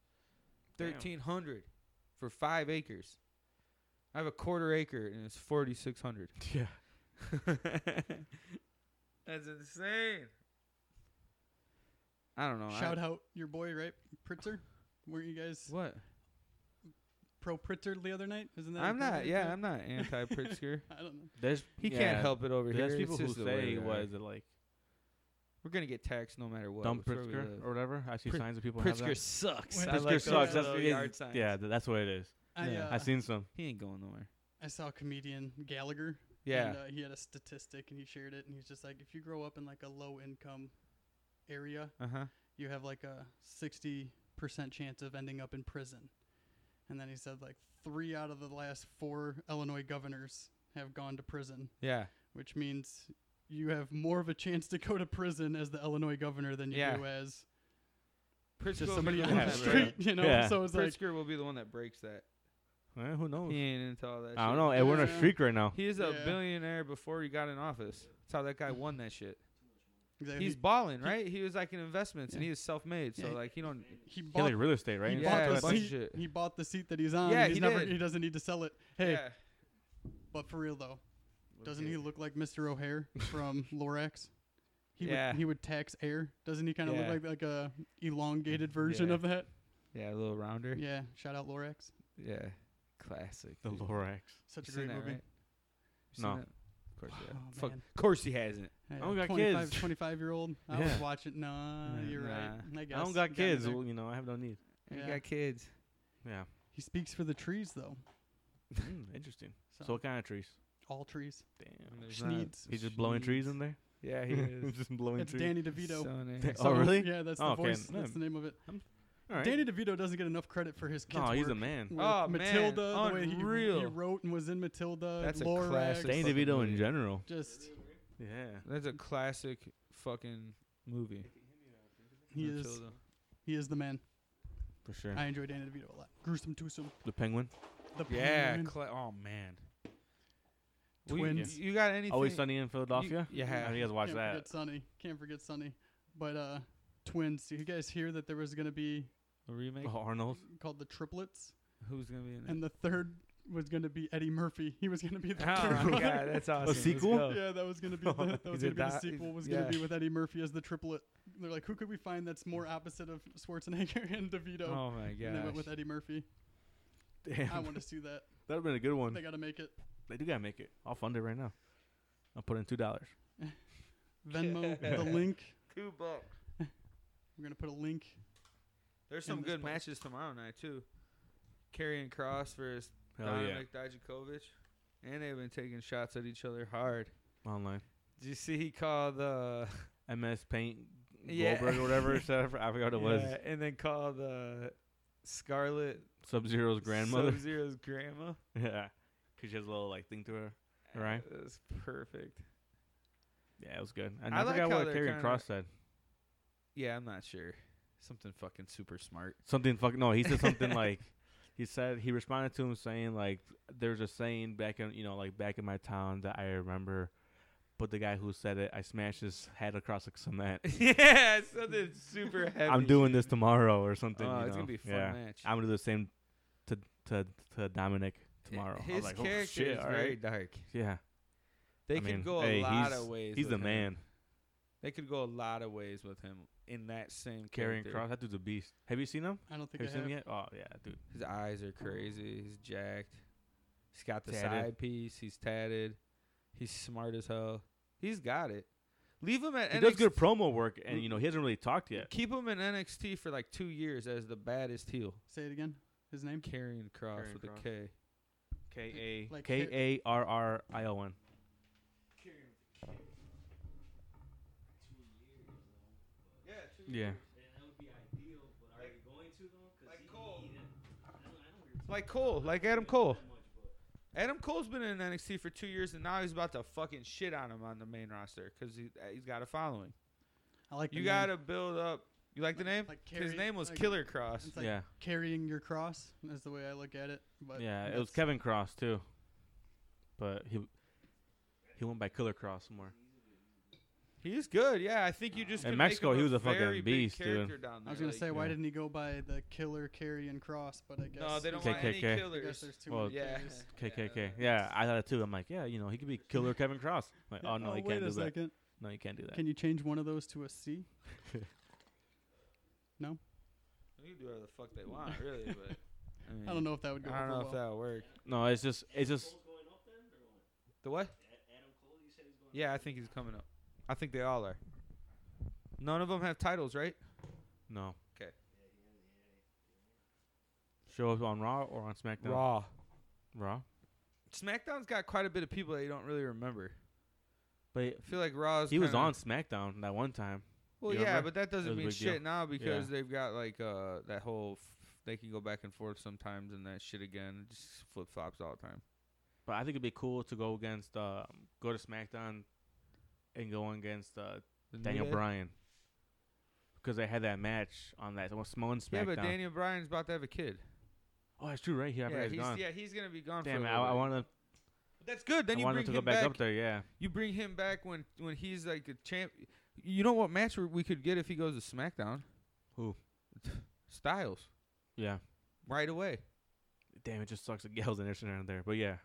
Damn. Thirteen hundred for five acres. I have a quarter acre and it's forty six hundred. yeah. That's insane. I don't know. I- Shout out your boy, right? Pritzer. Weren't you guys What? pro Pritzer the other night? Isn't that? I'm his name? not. Yeah, I'm not anti Pritzker. I don't know. There's He yeah, can't help it over here. There's It's people who just the way we say are. was it like We're gonna get taxed no matter what. dumb It's where we Pritzker live. or whatever. I see Prit- signs of people have Pritzker that. sucks. Pritzker I like those sucks, little that's- yard signs. Yeah, th- that's what it is. I, Yeah. uh, I seen some. He ain't going nowhere. I saw comedian Gallagher. Yeah. And, uh, he had a statistic and he shared it, and he's just like, if you grow up in like a low income area, Uh huh. you have like a 60% chance of ending up in prison. And then he said, like, three out of the last four Illinois governors have gone to prison, Yeah. which means you have more of a chance to go to prison as the Illinois governor than you Yeah. do as Pritzker just will somebody be on the one the that Yeah. street, breaks- you know? Yeah. So it's like, Pritzker will be the one that breaks that. Eh, who knows? He ain't into all that. I don't shit. know. eh, We're in a Yeah. streak right now. He is a Yeah. billionaire before he got in office. That's how that guy won that shit. exactly, He's he- balling, right? He was like in investments, and Yeah. he was self-made. So Yeah. like he don't. he He bought had, like real estate, right? He, and Yeah, a stuff bought like the bunch that. of seat, shit. he bought the seat that he's on. Yeah, he's he never did. he doesn't need to sell it. Hey, Yeah. but for real though, doesn't he look like Mr. O'Hare from Lorax? He Yeah. would he would tax air. Doesn't he kind of Yeah. look like like a elongated version Yeah. of that? Yeah, a little rounder. Yeah. Yeah. Shout out Lorax. Classic. The dude. Lorax. Such You a seen that, great movie. right? You seen No. that? course, yeah. Oh, Fuck. man. Of course he hasn't. I don't got 25, kids. 25 year old. I Yeah. was watching. Nah, Yeah, you're nah. right. I guess. I don't got You me kids. there. Well, you know, I have no need. He Yeah. got kids. Yeah. He speaks for the trees though. Mm, interesting. So, So what kind of trees? all trees. Damn. And there's not- Schneeds. He's just blowing trees in there. Yeah, he is. just blowing It's trees. Danny DeVito. So nice. Oh, Someone- really? Yeah, that's the Oh, okay. voice. No. That's the name of it. All right. Danny DeVito doesn't get enough credit for his kids. oh, he's a work. man. With Oh, man, Matilda, the way he, he unreal. wrote and was in Matilda. That's a Lorax, classic Danny fucking DeVito in movie. general. Just Yeah. That's a classic fucking movie. he is Matilda. he is the man. For sure. I enjoy Danny DeVito a lot. Gruesome twosome. the penguin. The Yeah. Penguin. Cla- oh man. We- Twins. you got anything? Always sunny in Philadelphia. You, I yeah. know you guys watch Can't that. forget Sunny. Can't forget Sunny. But uh, twins. Do you guys hear that there was gonna be A remake. Oh, Arnold. called the triplets, Who's gonna be in it? and the third was gonna be Eddie Murphy. He was gonna be the Ah. Oh third my one. god, that's awesome. Let's sequel? go. Yeah, that was gonna be the, that was Is it gonna be the that- sequel. Was yeah. gonna be with Eddie Murphy as the triplet. They're like, who could we find that's more opposite of Schwarzenegger and DeVito? Oh my and they went with god. Eddie Murphy. Damn. I want to see that. That'd have been a good one. They gotta make it. They do gotta make it. I'll fund it right now. I'll put in two dollars. Venmo the link. Two bucks. We're gonna put a link. There's in some this good box. matches tomorrow night too. Karrion Cross versus Oh, Dominic Dijakovic, and they've been taking shots at each other hard. Online. Did you see he called uh, MS Paint Yeah. Goldberg or whatever. it said. I forgot- I forgot it was. yeah, and then called uh, Scarlet Sub Zero's grandmother. Zero's grandma. yeah. Cause she has a little like thing to her. Right. that's perfect. Yeah, it was good. I I, I like forgot how what they're Carrion kinda- Cross said. Yeah, I'm not sure. Something fucking super smart. Something fucking no. He said something like he said he responded to him saying like there's a saying back in you know like back in my town that I remember, but the guy who said it I smashed his head across the cement. yeah, something super heavy. I'm doing this tomorrow or something. Oh, you it's know? gonna be a fun yeah. match. I'm gonna do the same to to to Dominic tomorrow. I His was like, character oh, shit, is all right. very dark. Yeah, They I could mean, go hey, a lot he's- of ways. he's with the him. man. They could go a lot of ways with him in that same Carrying character. Cross, that dude's a beast. Have you seen him? I don't think Have you I seen have. him yet? Oh yeah, dude. His eyes are crazy. He's jacked. He's got the Tatted. side piece. He's tatted. He's smart as hell. He's got it. Leave him at He NXT. does good promo work, and you know he hasn't really talked yet. Keep him in NXT for like two years as the baddest heel. Say it again. His name. Carrying Cross Karrion with Kross. a K. K A Like K hit- A R R I O N. Yeah, Yeah. And that would be ideal, but are you going to though? 'Cause Like he- Cole. he didn't- I don't- I don't hear like Cole, like Adam Cole. that much, but Adam Cole's been in NXT for two years, and now he's about to fucking shit on him on the main roster because he uh, he's got a following. I like. You the got name. to build up. You like the name? Like His carry- name was like- Killer Cross. It's like uh, yeah, carrying your cross. That's the way I look at it. But yeah. It was that's- Kevin Cross too, but he he went by Killer Cross more. He's good. Yeah, I think you just In could Mexico, make him he was a fucking very big beast, dude. character Down I there. was gonna like, say, why yeah. didn't he go by the killer carrying cross? But I guess No, they don't K- want any KKK. I guess killers. Oh, there's too Well, many. Yeah. ways. KKK. Yeah, I thought it too. I'm like, yeah, you know, he could be Killer Kevin Cross. Like, oh no, he wait can't do a that. second. No, you can't do that. Can you change one of those to a C? You can do whatever the fuck they want, really. But I, mean, I Hmm. don't know if that would go. I don't know over if well. that'll work. No, it's just it's just Cole's going up then, or what? The what? A- Adam Cole, you said he's going. Yeah, I think he's coming up. I think they all are. None of them have titles, right? no. 'Kay. Show up on Raw or on SmackDown. Raw. Raw. SmackDown's got quite a bit of people that you don't really remember. But he- I feel like Raw's. he was kinda- on SmackDown that one time. Well, You yeah, remember? but that doesn't was a mean big deal. shit now because they've got like uh that whole. F- they can go back and forth sometimes, and that shit again it just flip flops all the time. But I think it'd be cool to go against uh, go to SmackDown and go against uh, The New Daniel Day? Bryan because they had that match on that one one SmackDown. Yeah, but Daniel Bryan's about to have a kid. oh, that's true, right? He Yeah, yeah, he's, gone. yeah, he's gonna be gone. Damn, for a I, little I bit. want to. That's good. Then I you want him bring to him go back, back. up there. Yeah, You bring him back when when he's like a champ. You know what match we- we could get if he goes to SmackDown? Who? Styles yeah. right away. Damn, it just sucks that Gail's Anderson around there. But yeah,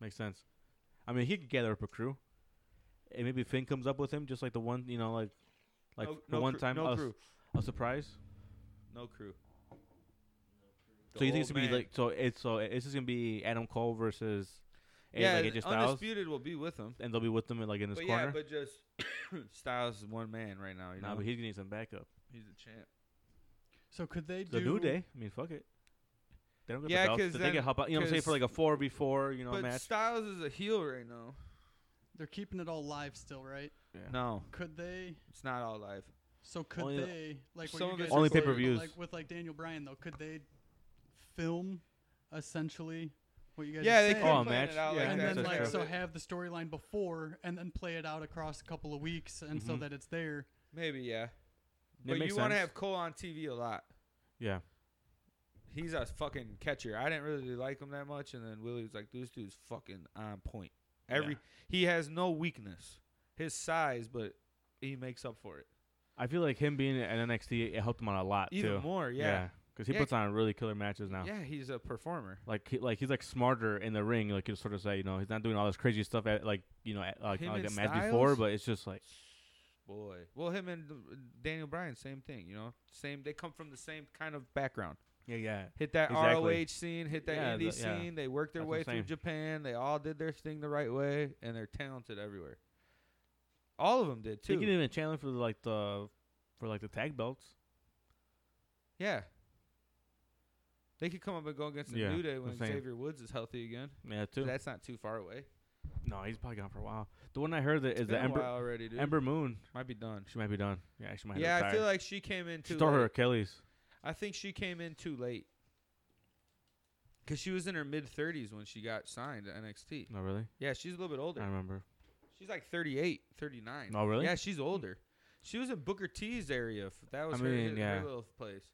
makes sense. I mean, he could gather up a crew, and maybe Finn comes up with him, just like the one, you know, like like no, the no one crew, time Oh. no a, s- crew, a surprise. no crew. so you think it's The gonna be old like so? It's so it's just gonna be Adam Cole versus and yeah, like AJ Styles, undisputed will be with him. and they'll be with them in, like in this But yeah, corner. but just Styles is one man right now. You nah, know, but he's gonna need some backup. he's a champ. So could they do The new day. I mean, fuck it. They don't get Yeah, the belts. 'cause They then- can help out. You know what I'm saying? For 'cause- like a four v four, you know, but match. Styles is a heel right now. They're keeping it all live still, right? No, Could they? it's not all live. So could Only the- they? Like what some you of it's guys are Only saying, but pay-per-views. Like with like Daniel Bryan though, could they film essentially what you guys? Yeah, are they saying? could Oh, a plan match? it out Yeah, like and that. then that's like true. so have the storyline before and then play it out across a couple of weeks and so Mhm. that it's there maybe yeah. It but makes you want to sense. have Cole on TV a lot. Yeah. He's a fucking catcher. I didn't really like him that much, and then Willie was like, "This dude's fucking on point. Every Yeah. he has no weakness. His size, but he makes up for it. I feel like him being at NXT it helped him out a lot Even too. more, yeah. because he Yeah, puts on really killer matches now. yeah, He's a performer. Like he, like he's like smarter in the ring. Like you sort of say, you know, he's not doing all this crazy stuff at like you know at, like, Him like and that match before. Styles? But it's just like Boy, well, him and uh, Daniel Bryan, same thing. You know, same. They come from the same kind of background. yeah, yeah. Hit that Exactly. ROH scene, hit that Yeah, indie the- yeah. scene. They worked their That's what way I'm through saying. Japan. They all did their thing the right way, and they're talented everywhere. All of them did They too. can even challenge for like the for like the tag belts. Yeah. They could come up and go against the Yeah, New Day I'm when saying. Xavier Woods is healthy again. Yeah, too. That's not too far away. no, he's probably gone for a while. The one I heard that is It's the been Ember a while already, dude. Ember Moon. might be done. She might be done. Yeah, she might. yeah, retire. I feel like she came in she too. tore her Late. Achilles. I think she came in too late. Cause she was in her mid thirties when she got signed to NXT. No, really. Yeah, she's a little bit I older. remember. She's like 38, 39. Uh, Oh, really? Yeah, she's older. She was in Booker T's area. F- That was her, mean, her yeah. little place.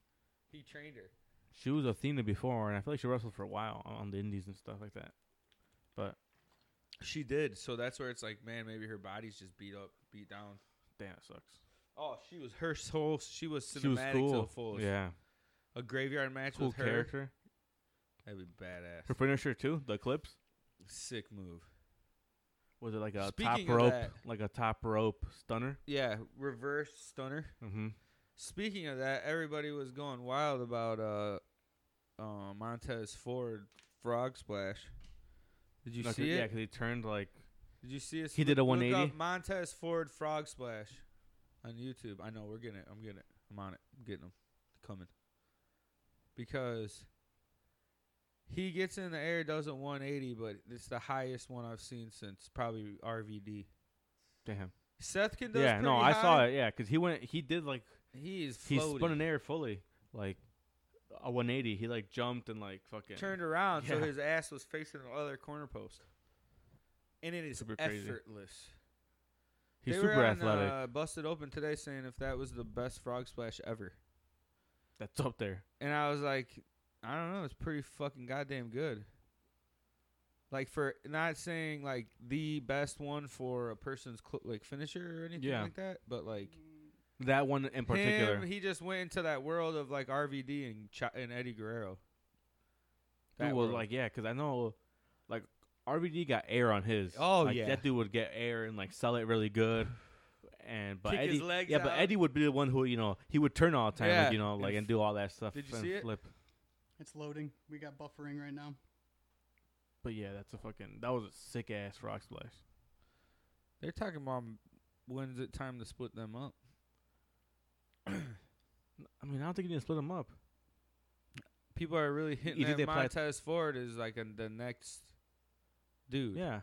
He trained her. She was Athena before, and I feel like she wrestled for a while on- on the Indies and stuff like that. But She did. So that's where it's like, man, maybe her body's just beat up, beat down. damn, it sucks. Oh, she was her soul. She was cinematic She was to cool. the fullest. Yeah, A graveyard match cool with her. character. That'd be Her badass. finisher too. The Eclipse. Sick move. Was it like a Speaking top of rope, that- like a top rope stunner? Yeah, reverse stunner. Mm-hmm. Speaking of that, everybody was going wild about uh, uh Montez Ford frog splash. Did you see yeah, it? because he turned like Did you see it? He did a Look up 180? Montez Ford frog splash on YouTube. I know we're getting it. I'm getting it. I'm on it. I'm getting them coming because he gets in the air, does a 180, but it's the highest one I've seen since probably RVD. damn. Seth can do. Yeah, no, I saw it. Yeah, because he went, he did like He is he floating. spun in air fully, like a 180. He like jumped and like fucking turned around so Yeah. his ass was facing the other corner post. And it is Super crazy. effortless. He's They were super on, athletic. Uh, Busted open today, saying if that was the best frog splash ever. That's up there. And I was like, I don't know, it's pretty fucking goddamn good. Like for not saying like the best one for a person's cl- like finisher or anything Yeah. like that, but like That one in particular. him, he just went into that world of like RVD and Ch- and Eddie Guerrero. Dude That was world. like, yeah, because I know, like, RVD got air on his. Oh, Like, yeah. that dude would get air and like sell it really good. And but Kick Eddie, his legs yeah, but out. Eddie would be the one who you know he would turn all the time, Yeah. like, you know, like And and, do all that stuff. did you and see it? flip. it's loading we got buffering right now But yeah, that's a fucking that was a sick ass rock splash. They're talking about when's it time to split them up. I mean, I don't think you need to split them up. People are really hitting You that think they plan- Montez Ford is like a, the next dude. Yeah,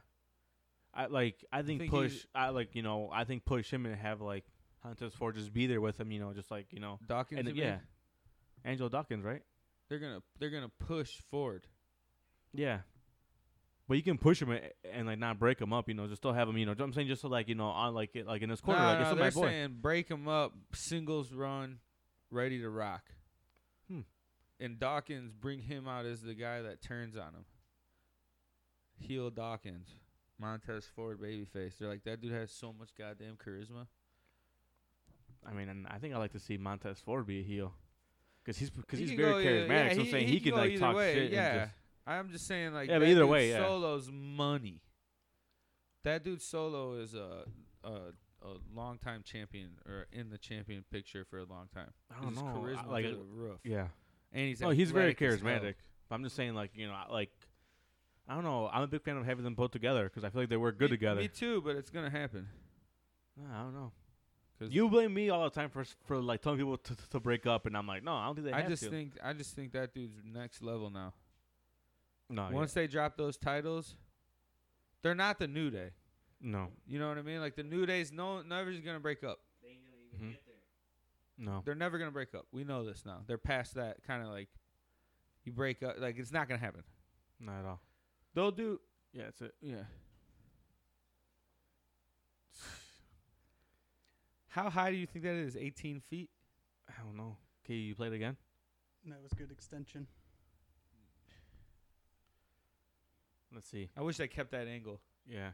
I like I think, think push. he's- I like you know I think push him and have like Hunter's Ford just be there with him. You know, just like you know Dawkins. and you mean? yeah, Angelo Dawkins, right? they're gonna they're gonna push Ford. Yeah. But you can push him a- and like not break him up, you know. Just still have him, you know. I'm saying just so like you know on like it- like in this corner, no, like it's no, still they're my boy. saying break them up, singles run, ready to rock. Hmm. And Dawkins bring him out as the guy that turns on him. Heel Dawkins, Montez Ford babyface. They're like that dude has so much goddamn charisma. I mean, and I think I like to see Montez Ford be a heel because he's because He he's can very go either- charismatic. yeah, so I'm saying he, can can go like either talk way, shit. Yeah, And just, I'm just saying like Yeah, but that either dude way, yeah. Solo's money. That dude Solo is a a a long time champion or in the champion picture for a long time. I don't His know. I- charisma like, uh, to the roof. yeah. And he's oh, he's very athletic as hell. charismatic. But I'm just saying, like you know, I- like I don't know. I'm a big fan of having them both together because I feel like they work good Me- together. Me too, but it's gonna happen. Nah, I don't know. 'Cause- You blame me all the time for s- for like telling people to, to- to break up, and I'm like, no, I don't think they I have just to. think I just think that dude's next level now. no, Oh, yeah. Once they drop those titles, they're not the New Day. no, You know what I mean? Like the New Day's no never's gonna break up. They ain't gonna even Mhm. get there. no. They're never gonna break up. We know this now. They're past that kind of like you break up. Like it's not gonna happen. Not at all. They'll do. Yeah, that's it. Yeah. How high do you think that is? 18 feet. I don't know. Okay, you played again? That was good extension. Let's see. I wish I kept that angle. Yeah.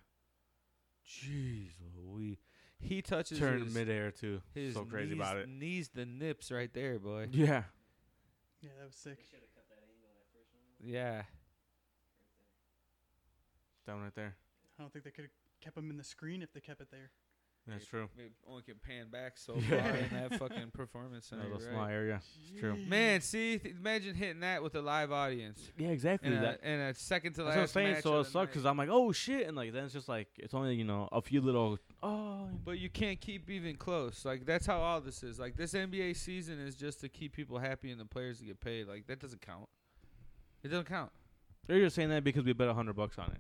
Jeez, Louise. He touches Turn his, midair too. his so crazy knees, about it. Knees the nips right there, boy. Yeah. Yeah, that was sick. They should have cut that angle that first one. Right Yeah. there. Down right there. I don't think they could have kept him in the screen if they kept it there. That's true. They only can pan back so Yeah. far in that fucking performance That center. little you're small right. area. It's true. Man, see, th- imagine hitting that with a live audience Yeah, exactly. in a, that. in a second to last. That's what I'm saying. match So of it the sucks because night. I'm like, oh shit, and like then it's just like it's only you know a few little oh. But you can't keep even close. Like that's how all this is. Like this NBA season is just to keep people happy and the players to get paid. Like that doesn't count. It doesn't count. You're just saying that because we bet a hundred bucks on it.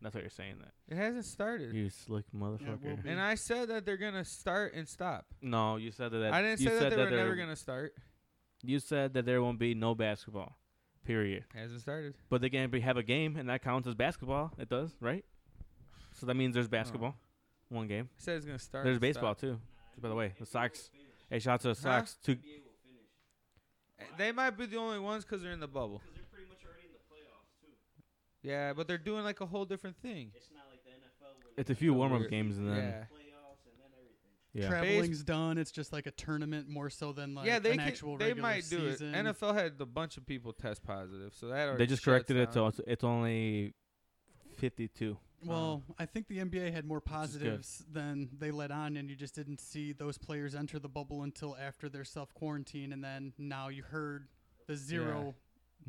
That's what you're saying. That It hasn't started. you slick it will motherfucker. be. And I said that they're gonna start and stop. no, you said that. I didn't you say that said they were there- never gonna start. You said that there won't be no basketball, period. Hasn't started. But they can be, have a game, and that counts as basketball. It does, right? So that means there's basketball, one game. I said it's gonna start. There's and baseball stop. too. By the way, the Sox. Finish. Hey, shout out to the Huh? Sox. Two. NBA will finish Eh, They might be the only ones because they're in the bubble. because they're pretty much already in the playoffs too. Yeah, but they're doing like a whole different thing. It's not like the NFL where It's they a few got warm up Weird. games, and then Yeah. playoffs and then everything. yeah, Traveling's done. It's just like a tournament more so than like yeah, they an can, actual they regular might do season. it. NFL had a bunch of people test positive, so that already they just shuts corrected it down. to it's only fifty-two. Well, I think the NBA had more Uh-huh. Which is good. positives than they let on, and you just didn't see those players enter the bubble until after their self quarantine, and then now you heard the 0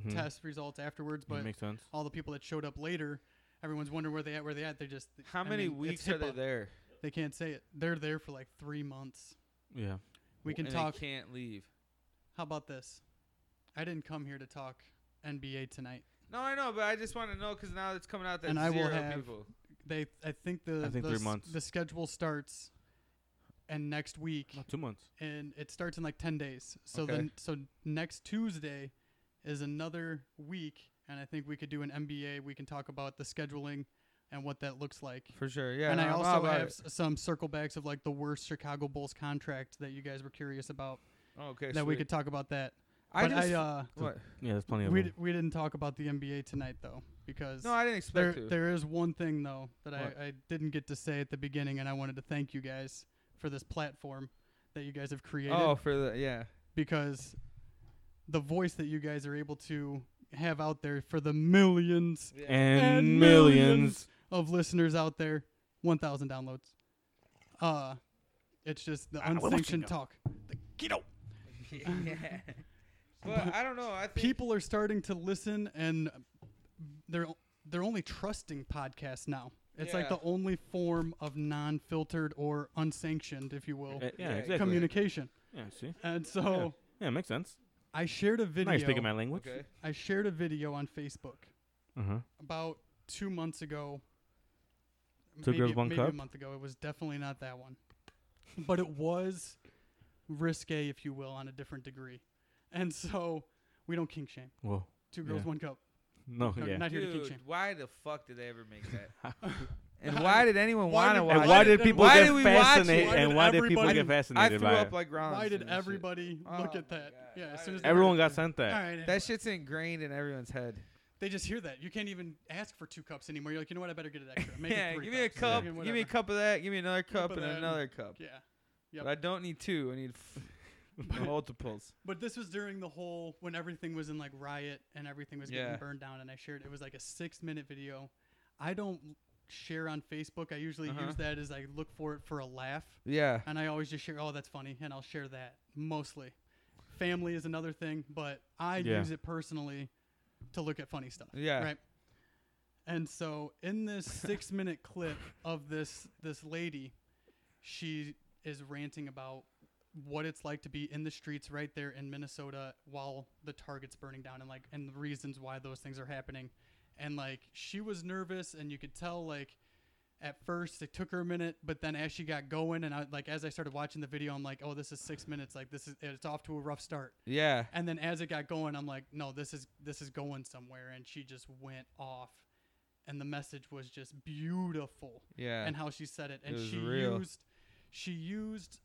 Mhm. test results afterwards. That But makes sense. all the people that showed up later, everyone's wondering where they at, where they at. They just How I many mean, it's weeks are they HIPAA. there? They can't say it. They're there for like three months. Yeah, We can and talk. They can't leave. How about this? I didn't come here to talk NBA tonight. No, I know, but I just want to know because now it's coming out that And I will zero have- people. They, I think the I think the, three s- months. the schedule starts, and next week Not two months. and it starts in like 10 days. So Okay. then so next Tuesday is another week and I think we could do an MBA. We can talk about the scheduling and what that looks like. For sure, yeah. and no, I I'm all also about have it. s some circle backs of like the worst Chicago Bulls contract that you guys were curious about okay that we sweet. could talk about that. I but just I uh what? Yeah, there's plenty of we, them. d- we didn't talk about the NBA tonight though because No, I didn't there expect to. there is one thing though that I, What? I didn't get to say at the beginning and I wanted to thank you guys for this platform that you guys have created oh, for the yeah. because the voice that you guys are able to have out there for the millions and, And millions. millions. of listeners out there, 1,000 downloads. Uh, it's just the I will watch unsanctioned it go. talk. The keto. but I don't know. I think People are starting to listen, and they're they're only trusting podcasts now. It's like Yeah. the only form of non-filtered or unsanctioned, if you will, Uh, yeah, Yeah, exactly. communication. yeah, see. And so Yeah, makes sense. I shared a video. Nice speaking my language. okay. I shared a video on Facebook. Uh huh. about two months ago. Two maybe, girls, one maybe a cup? month ago. It was definitely not that one, but it was risque, if you will, on a different degree. And so we don't kink shame. Whoa. Two girls, Yeah. one cup. No, No, yeah. not here to kink Dude, shame. why the fuck did they ever make that? and why did anyone Why want to did- watch? and it? why why did did- people why get did we watch fascinated? it? Why and did why did people everybody- get I fascinated threw by up it? like Ron. Why did and shit. everybody look Oh at my that? God. Yeah, Why as did soon as they- Everyone got sent All that. right, anyway. That shit's ingrained in everyone's head. they just hear that. You can't even ask for two cups anymore. You're like, you know what? I better get it extra. Make it yeah, three give me a cups. cup. Fucking Give me a whatever. cup of that. Give me another cup of and that. another cup. Yeah, But I don't need two. I need f- multiples. But this was during the whole when everything was in like riot and everything was Yeah. getting burned down, and I shared it was like a six minute video. I don't share on Facebook. I usually Uh-huh. use that as I look for it for a laugh, Yeah. and I always just share, oh, that's funny, and I'll share that mostly. Family is another thing, but I Yeah. use it personally to look at funny stuff. Yeah. Right. And so in this six minute clip of this this lady, she is ranting about what it's like to be in the streets right there in Minnesota while the target's burning down and like and the reasons why those things are happening. And like she was nervous and you could tell like at first it took her a minute, but then as she got going and I like as I started watching the video, I'm like, oh this is six minutes, like this is it's off to a rough start. Yeah. And then as it got going, I'm like, no, this is this is going somewhere. And she just went off, and the message was just beautiful, Yeah. and how she said it, and was she real. used she used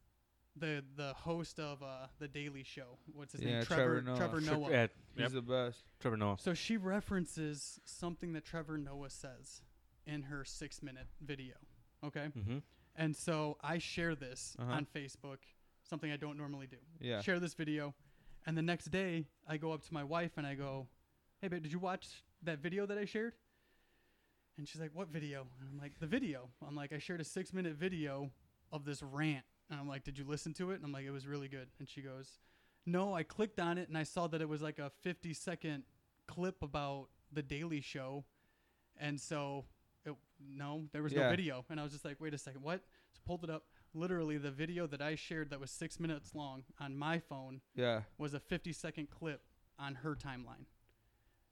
the the host of uh, the Daily Show, what's his Yeah, name, Trevor Trevor Noah. Trevor Tre- Noah. yeah, He's yep, the best. Trevor Noah. So she references something that Trevor Noah says in her six minute video. Okay, Mm-hmm. and so I share this Uh-huh. on Facebook, something I don't normally do Yeah. share this video. And the next day, I go up to my wife and I go, Hey, babe, did you watch that video that I shared? And she's like, What video? And I'm like, The video. I'm like, I shared a six minute video of this rant. And I'm like, Did you listen to it? And I'm like, It was really good. And she goes, No, I clicked on it and I saw that it was like a 50 second clip about The Daily Show. And so, it, no, there was Yeah. no video. And I was just like, Wait a second, what? So pulled it up. Literally, the video that I shared that was six minutes long on my phone Yeah. was a 50 second clip on her timeline. So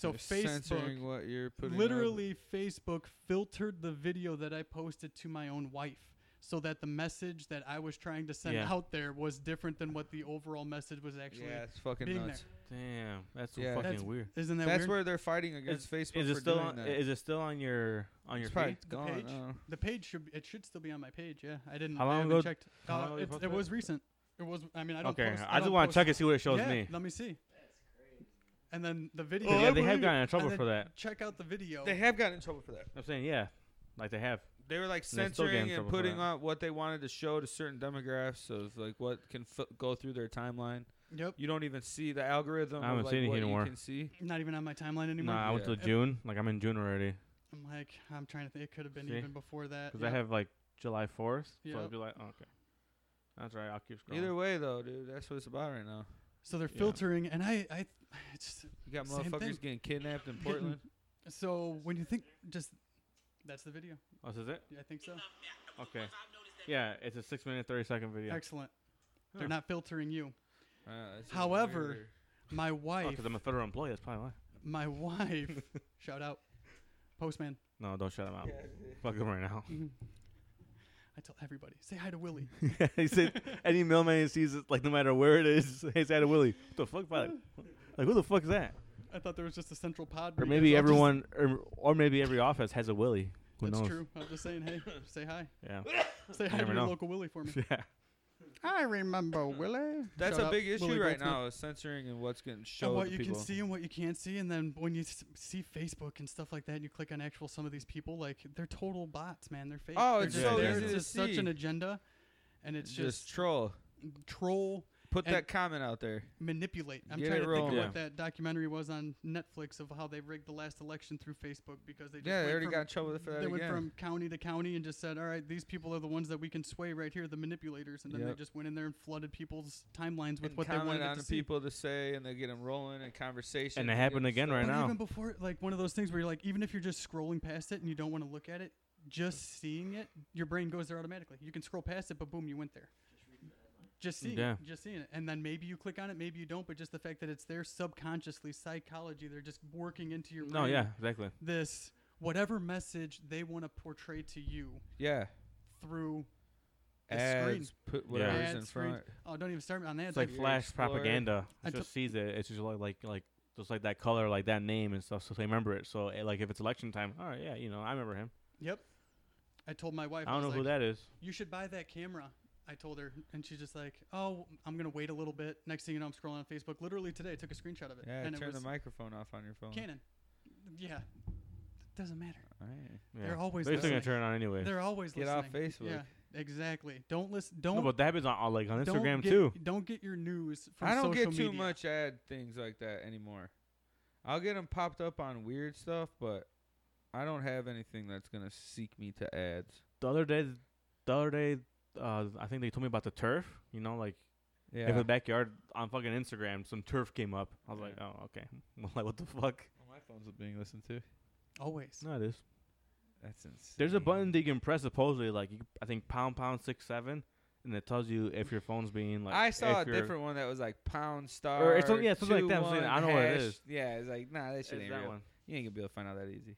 They're censoring Facebook, what you're putting. up. literally Facebook filtered the video that I posted to my own wife so that the message that I was trying to send Yeah. out there was different than what the overall message was actually. Yeah, it's fucking being nuts. Damn, that's so Yeah. fucking That's- weird. Isn't that That's weird? where they're fighting against Facebook Is for it still doing on? that. Is it still on your on your it's probably feed? gone. uh, page? I don't know. the page should be, it should still be on my page. Yeah, I didn't. How I long haven't ago- checked. how long Uh, ago you it's, posted it it? was recent. It was. I mean, I don't. okay, post- I, just don't want to post- check and see what it shows yeah, me. Let me see. That's crazy. And then the video. 'Cause, yeah, I they have believe- gotten in trouble and for then that. Check out the video. They have gotten in trouble for that. I'm saying yeah, like they have. They were like And they still get in censoring and trouble for putting that. on what they wanted to show to certain demographics of like what can f- go through their timeline. Yep. You don't even see the algorithm. I of, haven't like, seen it what anymore. You can see. Not even on my timeline anymore. Nah, I went Yeah. to June. Like I'm in June already I'm like, I'm trying to think. It could have been See? even before that. because Yep. I have like July 4th. So Yep. it's July. oh, okay, that's right. I'll keep scrolling. Either way, though, dude, that's what it's about right now. so they're yeah. filtering, and I, I, it's just, You got Same thing. motherfuckers getting kidnapped in Getting- Portland. so when you think just, that's the video. Oh, this is it? Yeah, I think so. Okay. Yeah, it's a six minute thirty second video. Excellent. Huh. They're not filtering you. Uh, that's even However, weirder. My wife, Because Oh, I'm a federal employee. That's probably why. my wife, shout out, postman. No, don't shut him out. Fuck him right now. Mm-hmm. I tell everybody, say hi to Willie. he said any mailman he sees it, like no matter where it is, he's at a Willie. What the fuck? Like, like who the fuck is that? I thought there was just a central pod. Or where you guys maybe all just- everyone, or, or maybe every office has a Willie. Who that's knows? true. I'm just saying, hey, say hi. Yeah. Say hi to never your know. local Willie for me. yeah. I remember Willie. that's Shout a out big issue Willie right Goldsmith. now is censoring and what's getting shown and what to you people. can see and what you can't see and then when you s- see facebook and stuff like that and you click on actual some of these people like they're total bots man they're fake Oh, They're it's just so there. easy it's to just such an see. agenda and it's just, just, troll. troll Put and- that comment out there. manipulate i'm Get trying it to think rolling. of Yeah. what that documentary was on netflix of how they rigged the last election through facebook because they just Yeah, went they already from, got in trouble for that they went again. from county to county and just said all right these people are the ones that we can sway right here the manipulators and then they Yep. just went in there and flooded people's timelines with and what they comment wanted on it to the see. people to say, and they get them rolling in conversation. And it happened get 'em again right But now. even before, like one of those things where you're like, even if you're just scrolling past it and you don't want to look at it, just seeing it, your brain goes there automatically. You can scroll past it, but boom, you went there. Just seeing Yeah. it, just seeing it, and then maybe you click on it, maybe you don't. But just the fact that it's there subconsciously, psychology, they're just working into your brain. No, Oh, yeah, exactly. This whatever message they want to portray to you Yeah. through the screen. Ads, put whatever's Ads, in screens. front. Oh, don't even start me on that. It's like like your flash Explorer. propaganda. I It just sees it. It's just like like like just like that color, like that name and stuff. So they remember it. So eh, like if it's election time, all right, yeah, you know, I remember him. yep. I told my wife. I don't know was who like, that is. you should buy that camera. I told her, and she's just like, "Oh, I'm gonna wait a little bit." Next thing you know, I'm scrolling on Facebook. Literally today, I took a screenshot of it, Yeah, and it turn the was microphone off on your phone. Canon. Yeah, it doesn't matter. All right. Yeah. They're always They're still listening. gonna turn it on anyway. They're always Get off listening. Facebook. Yeah, exactly. Don't listen. Don't. No, but that happens on, on like on don't Instagram get, too. Don't get your news from I don't social get too media. much ad things like that anymore. I'll get them popped up on weird stuff, but I don't have anything that's gonna seek me to ads. The other day, the other day, uh, I think they told me about the turf. You know, like Yeah. in the backyard on fucking Instagram, some turf came up. I was like, Yeah. oh okay, like what the fuck? my phone's being listened to. Always. No, it is. That's insane. There's a button that you can press supposedly, like you, c- I think pound pound six seven, and it tells you if your phone's being like. I saw if a you're- different one that was like pound star. Or it's something- yeah, something like that. I'm 21 saying, I know what it hash. is. Yeah, it's like nah, that It's shit ain't that real. one. You ain't gonna be able to find out that easy.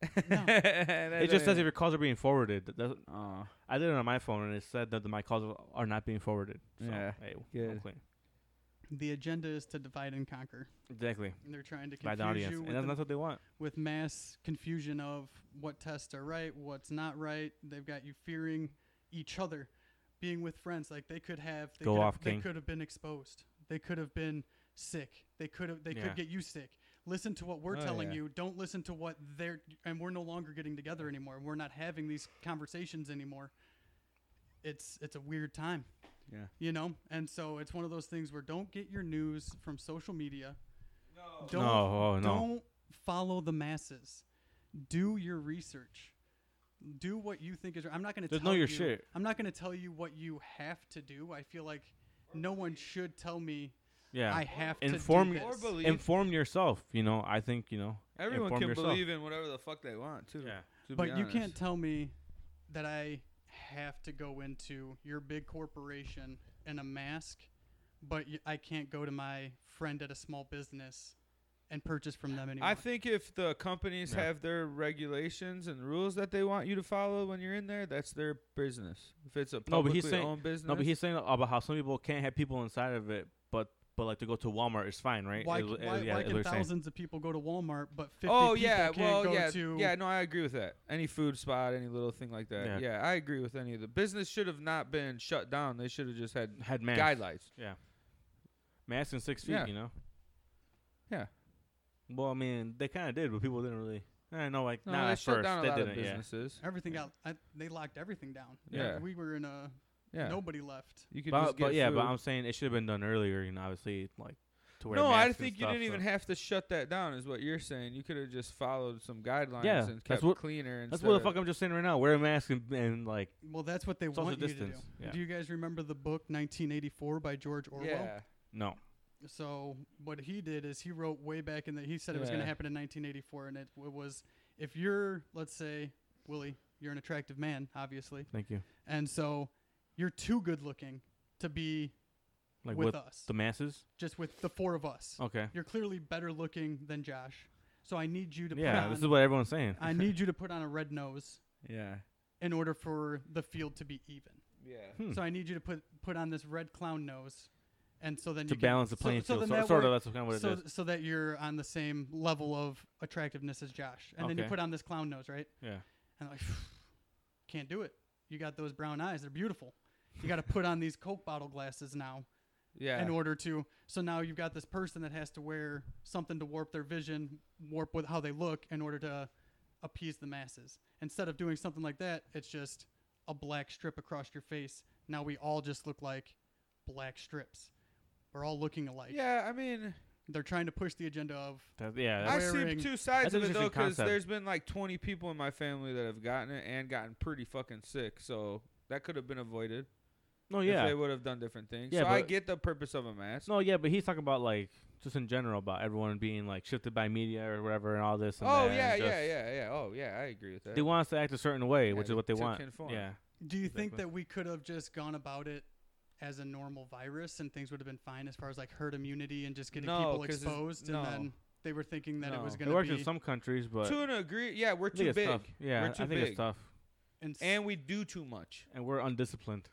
No. It just says if your calls are being forwarded. That doesn't- Oh, I did it on my phone, and it said that my calls are not being forwarded. So, Yeah, Hey, good. okay. The agenda is to divide and conquer. Exactly. And they're trying to By confuse the audience, you and with, that's, the- that's what they want. with mass confusion of what tests are right, what's not right. They've got you fearing each other, being with friends. Like they could have they Go could off, have, they King. could have been exposed. They could have been sick. They could have they Yeah. could get you sick. Listen to what we're Oh, telling yeah. you. Don't listen to what they're and we're no longer getting together anymore. We're not having these conversations anymore. It's it's a weird time. Yeah. You know? And so it's one of those things where don't get your news from social media. Don't no, oh, no. don't follow the masses. Do your research. Do what you think is. I'm not going to Just tell know your you, shit. I'm not going to tell you what you have to do. I feel like no one should tell me yeah. I have Inform- to do Or this. believe. Inform yourself. You know, I think you know. Everyone inform can yourself. believe in whatever the fuck they want too. Yeah. to be but you honest. can't tell me that I have to go into your big corporation in a mask, but y- I can't go to my friend at a small business and purchase from them anymore. I think if the companies Yeah. have their regulations and rules that they want you to follow when you're in there, that's their business. If it's a No, but publicly he's saying- owned business, No, but he's saying about how some people can't have people inside of it, but but like to go to Walmart is fine, right? why, Is- is- why, yeah, why is can what he's saying. thousands of people go to Walmart, but 50 oh people yeah, can't well go yeah, to yeah. No, I agree with that. Any food spot, any little thing like that. Yeah. Yeah, I agree with any of the business should have not been shut down. They should have just had had masks. guidelines. Masks and six feet, Yeah. you know. Yeah. Well, I mean, they kind of did, but people didn't really. I know, like No, not they at shut first. down a they lot of didn't. yeah. businesses. Everything Yeah. got I, they locked everything down. Yeah. we were in a Yeah, nobody left. you could But, just but get yeah, food. but I'm saying it should have been done earlier. You know, obviously, like to wear. no, masks I and think you stuff, didn't even so- have to shut that down. Is what you're saying? You could have just followed some guidelines Yeah, and that's kept what- cleaner. And That's what the fuck I'm just saying right now. Wear a mask and, and like Well, that's what they Social want you to do. distance, yeah. Do you guys remember the book 1984 by George Orwell? yeah. no. So what he did is he wrote way back in the he said it was going to Yeah. happen in 1984, and it, it was if you're let's say Willie, you're an attractive man, obviously, Thank you. and so you're too good looking to be Like with with us, the masses. just with the four of us. Okay. You're clearly better looking than Josh, so I need you to Yeah, put this on, is what everyone's saying. I need you to put on a red nose Yeah. in order for the field to be even. Yeah. Hmm. So I need you to put put on this red clown nose, and so then to you balance the can, playing so, so field, then so, that sort of. way- That's kind of what it is. so, so that you're on the same level of attractiveness as Josh, and then you Okay. put on this clown nose, right? Yeah. And like, can't do it. You got those brown eyes; they're beautiful. You got to put on these Coke bottle glasses now Yeah. in order to. So now you've got this person that has to wear something to warp their vision, warp with how they look in order to appease the masses. Instead of doing something like that, it's just a black strip across your face. Now we all just look like black strips. We're all looking alike. yeah. I mean, They're trying to push the agenda of That- yeah, I that's, see wearing- two sides That's of an it though, interesting because concept. there's been like 20 people in my family that have gotten it and gotten pretty fucking sick. So that could have been avoided no, if Oh, yeah, they would have done different things. Yeah, so I but- get the purpose of a mask. no, yeah. But he's talking about like just in general about everyone being like shifted by media or whatever and all this. And oh that, yeah, and yeah, just- yeah, yeah. Oh yeah, I agree with that. They want us to act a certain way, Yeah, which is they what they took want. in form. Yeah, Do you think Exactly. that we could have just gone about it as a normal virus and things would have been fine as far as like herd immunity and just getting No, people 'cause it's- exposed? no. And then they were thinking that it was No. It it going works to be in some countries, but to an agree, yeah, we're I think too it's big. tough. Yeah, we're too I think big, it's tough, ins- and we do too much. and we're undisciplined.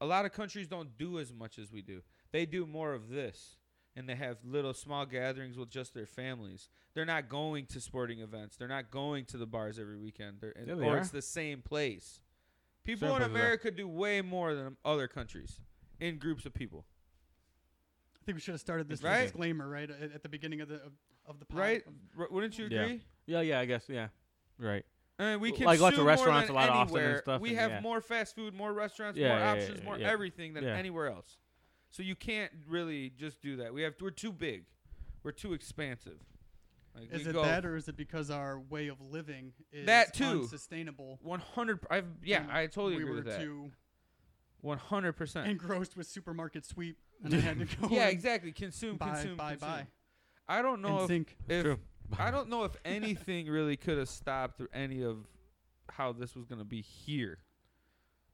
A lot of countries don't do as much as we do. They do more of this, and they have little small gatherings with just their families. They're not going to sporting events. They're not going to the bars every weekend. They're, Yeah, they or are. it's the same place. People Certain in places are. America do way more than other countries in groups of people. I think we should have started this Right? disclaimer right at, at the beginning of the of, of the pod. Right? R- wouldn't you Yeah. agree? Yeah, yeah, I guess, yeah, right. And we L- consume like lots of more restaurants than a lot often and anywhere. stuff, We and have yeah. more fast food, more restaurants, Yeah, more yeah, yeah, options, yeah, more yeah. everything than Yeah. anywhere else. So you can't really just do that. We have we're too big, we're too expansive. Like Is we it go that, or is it because our way of living is That too. unsustainable? 100? I've yeah, and I totally we agree were with that. too 100. percent engrossed with supermarket sweep, and I had to go. Yeah, and exactly. Consume, Buy, consume, buy, consume. buy. I don't know and if, think if True. I don't know if anything really could have stopped any of how this was going to be here.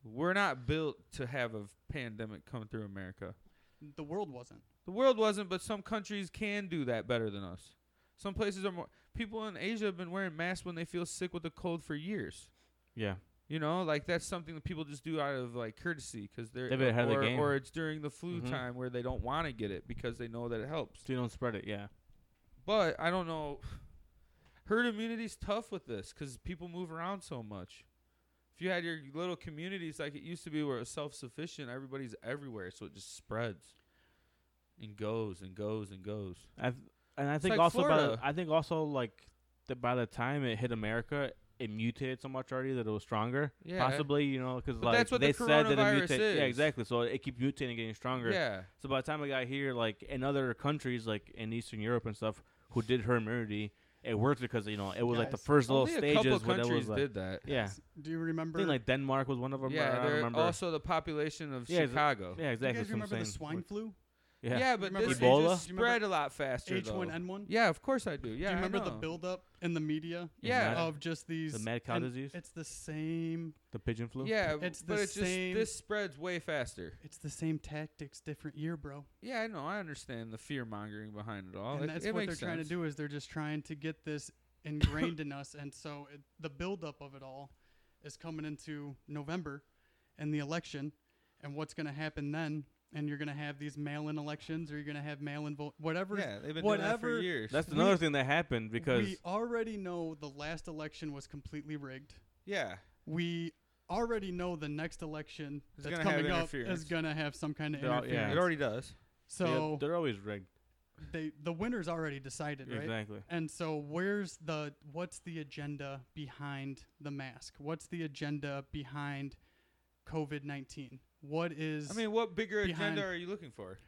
We're not built to have a pandemic come through America. The world wasn't. The world wasn't, but some countries can do that better than us. Some places are more. People in Asia have been wearing masks when they feel sick with a cold for years. Yeah. You know, like that's something that people just do out of like courtesy because they're They've been ahead of the or, game. or it's during the flu Mhm. time where they don't want to get it because they know that it helps. So you don't spread it. Yeah. But I don't know. Herd immunity's tough with this because people move around so much. If you had your little communities like it used to be, where it was self-sufficient, everybody's everywhere, so it just spreads and goes and goes and goes. I th- and I think like also by the, Florida. I think also like the, by the time it hit America, it mutated so much already that it was stronger. Yeah. Possibly, you know, because But like that's what they the said that it coronavirus mutated. Yeah, is. exactly. So it keeps mutating, and getting stronger. Yeah, So by the time I got here, like in other countries, like in Eastern Europe and stuff, who did herd immunity, it worked because you know it was like the Guys, first little only a couple stages when it countries was like, did that. yeah, Guys, Do you I remember? think like Denmark was one of them. or I Yeah, don't they're remember. also the population of Yeah, is it- Chicago. yeah, do you exactly. guys that's what I'm remember the saying. swine flu? Yeah, Yeah, but remember this it Ebola? just Do you remember spread a lot faster. though. H1N1. Yeah, of course I do. Yeah, do you I remember the know. buildup in the media Yeah. Mad- of just these the mad cow and disease, It's the same. the pigeon flu. Yeah, It's the but it's just same- this spreads way faster. It's the same tactics, different year, bro. Yeah, I know. I understand the fear mongering behind it all. and Oh, It- that's it what they're makes trying to sense. do is they're just trying to get this ingrained in us, and so it, the buildup of it all is coming into November and the election, and what's going to happen then. And you're going to have these mail-in elections, or you're going to have mail-in vote, whatever. Yeah, they've been doing that for whatever- years. That's We- another thing that happened because we already know the last election was completely rigged. yeah, we already know the next election It's that's gonna have coming up interference. is going to have some kind of They're all- interference. yeah. it already does. they- so they're always rigged. they the winner's already decided, right? Exactly. And so where's the what's the agenda behind the mask? What's the agenda behind COVID-19? What is I mean, what bigger Behind- agenda are you looking for?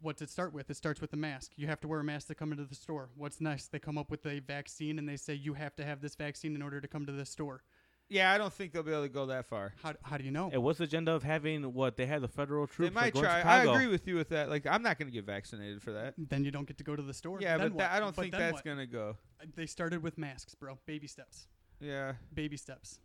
what's it start with? It starts with the mask. You have to wear a mask to come into the store. What's next? They come up with a vaccine and they say you have to have this vaccine in order to come to this store. Yeah, I don't think they'll be able to go that far. How, how do you know? And what's the agenda of having what they had the federal they troops? might like, going to try. I Chicago. agree with you with that. Like, I'm not going to get vaccinated for that. Then you don't get to go to the store. Yeah, Then but what? that, I don't But think then that's what? going to go. they started with masks, bro. Baby steps. Yeah, Baby steps.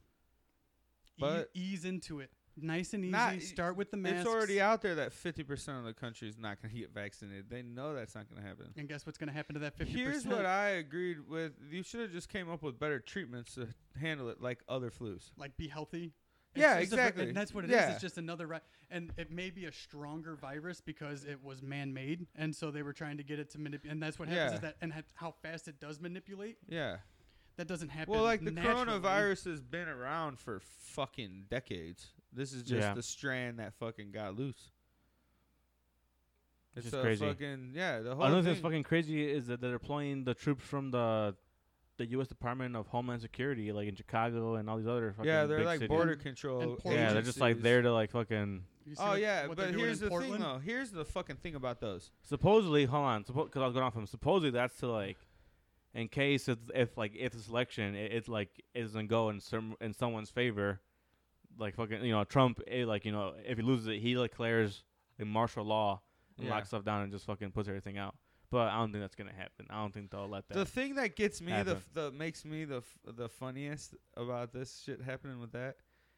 E- But- ease into it. Nice and easy. Not- Start with the masks. it's already out there that 50% of the country is not going to get vaccinated. They know that's not going to happen. And guess what's going to happen to that 50%? Here's what I agreed with. You should have just came up with better treatments to handle it like other flus. like be healthy. Yeah, just a vi- exactly. and that's what it is. Yeah. It's just another ri- and it may be a stronger virus because it was man-made, and so they were trying to get it to manipulate. And that's what happens Yeah. is that and ha- how fast it does manipulate. Yeah. That doesn't happen. Well, like the naturally. coronavirus has been around for fucking decades. This is just Yeah. the strand that fucking got loose. It's It's just a crazy. fucking yeah. The whole Another thing thing. that's fucking crazy is that they're deploying the troops from the the U.S. Department of Homeland Security, like in Chicago and all these other fucking yeah, they're big like cities. border And- control. and Portland. Yeah, they're just like agencies. there to like fucking You see Oh what- yeah, what they're but doing here's in the Portland? thing though. Here's the fucking thing about those. supposedly. Hold on, because I was going off him. Supposedly that's to like, in case it's, if like if this election it, it's like isn't go in some in someone's favor, like fucking you know Trump eh, like you know if he loses it he declares a martial law and Yeah. locks stuff down and just fucking puts everything out. But I don't think that's gonna happen. I don't think they'll let that. The thing that gets me, the, happen. f- the makes me the f- the funniest about this shit happening with that,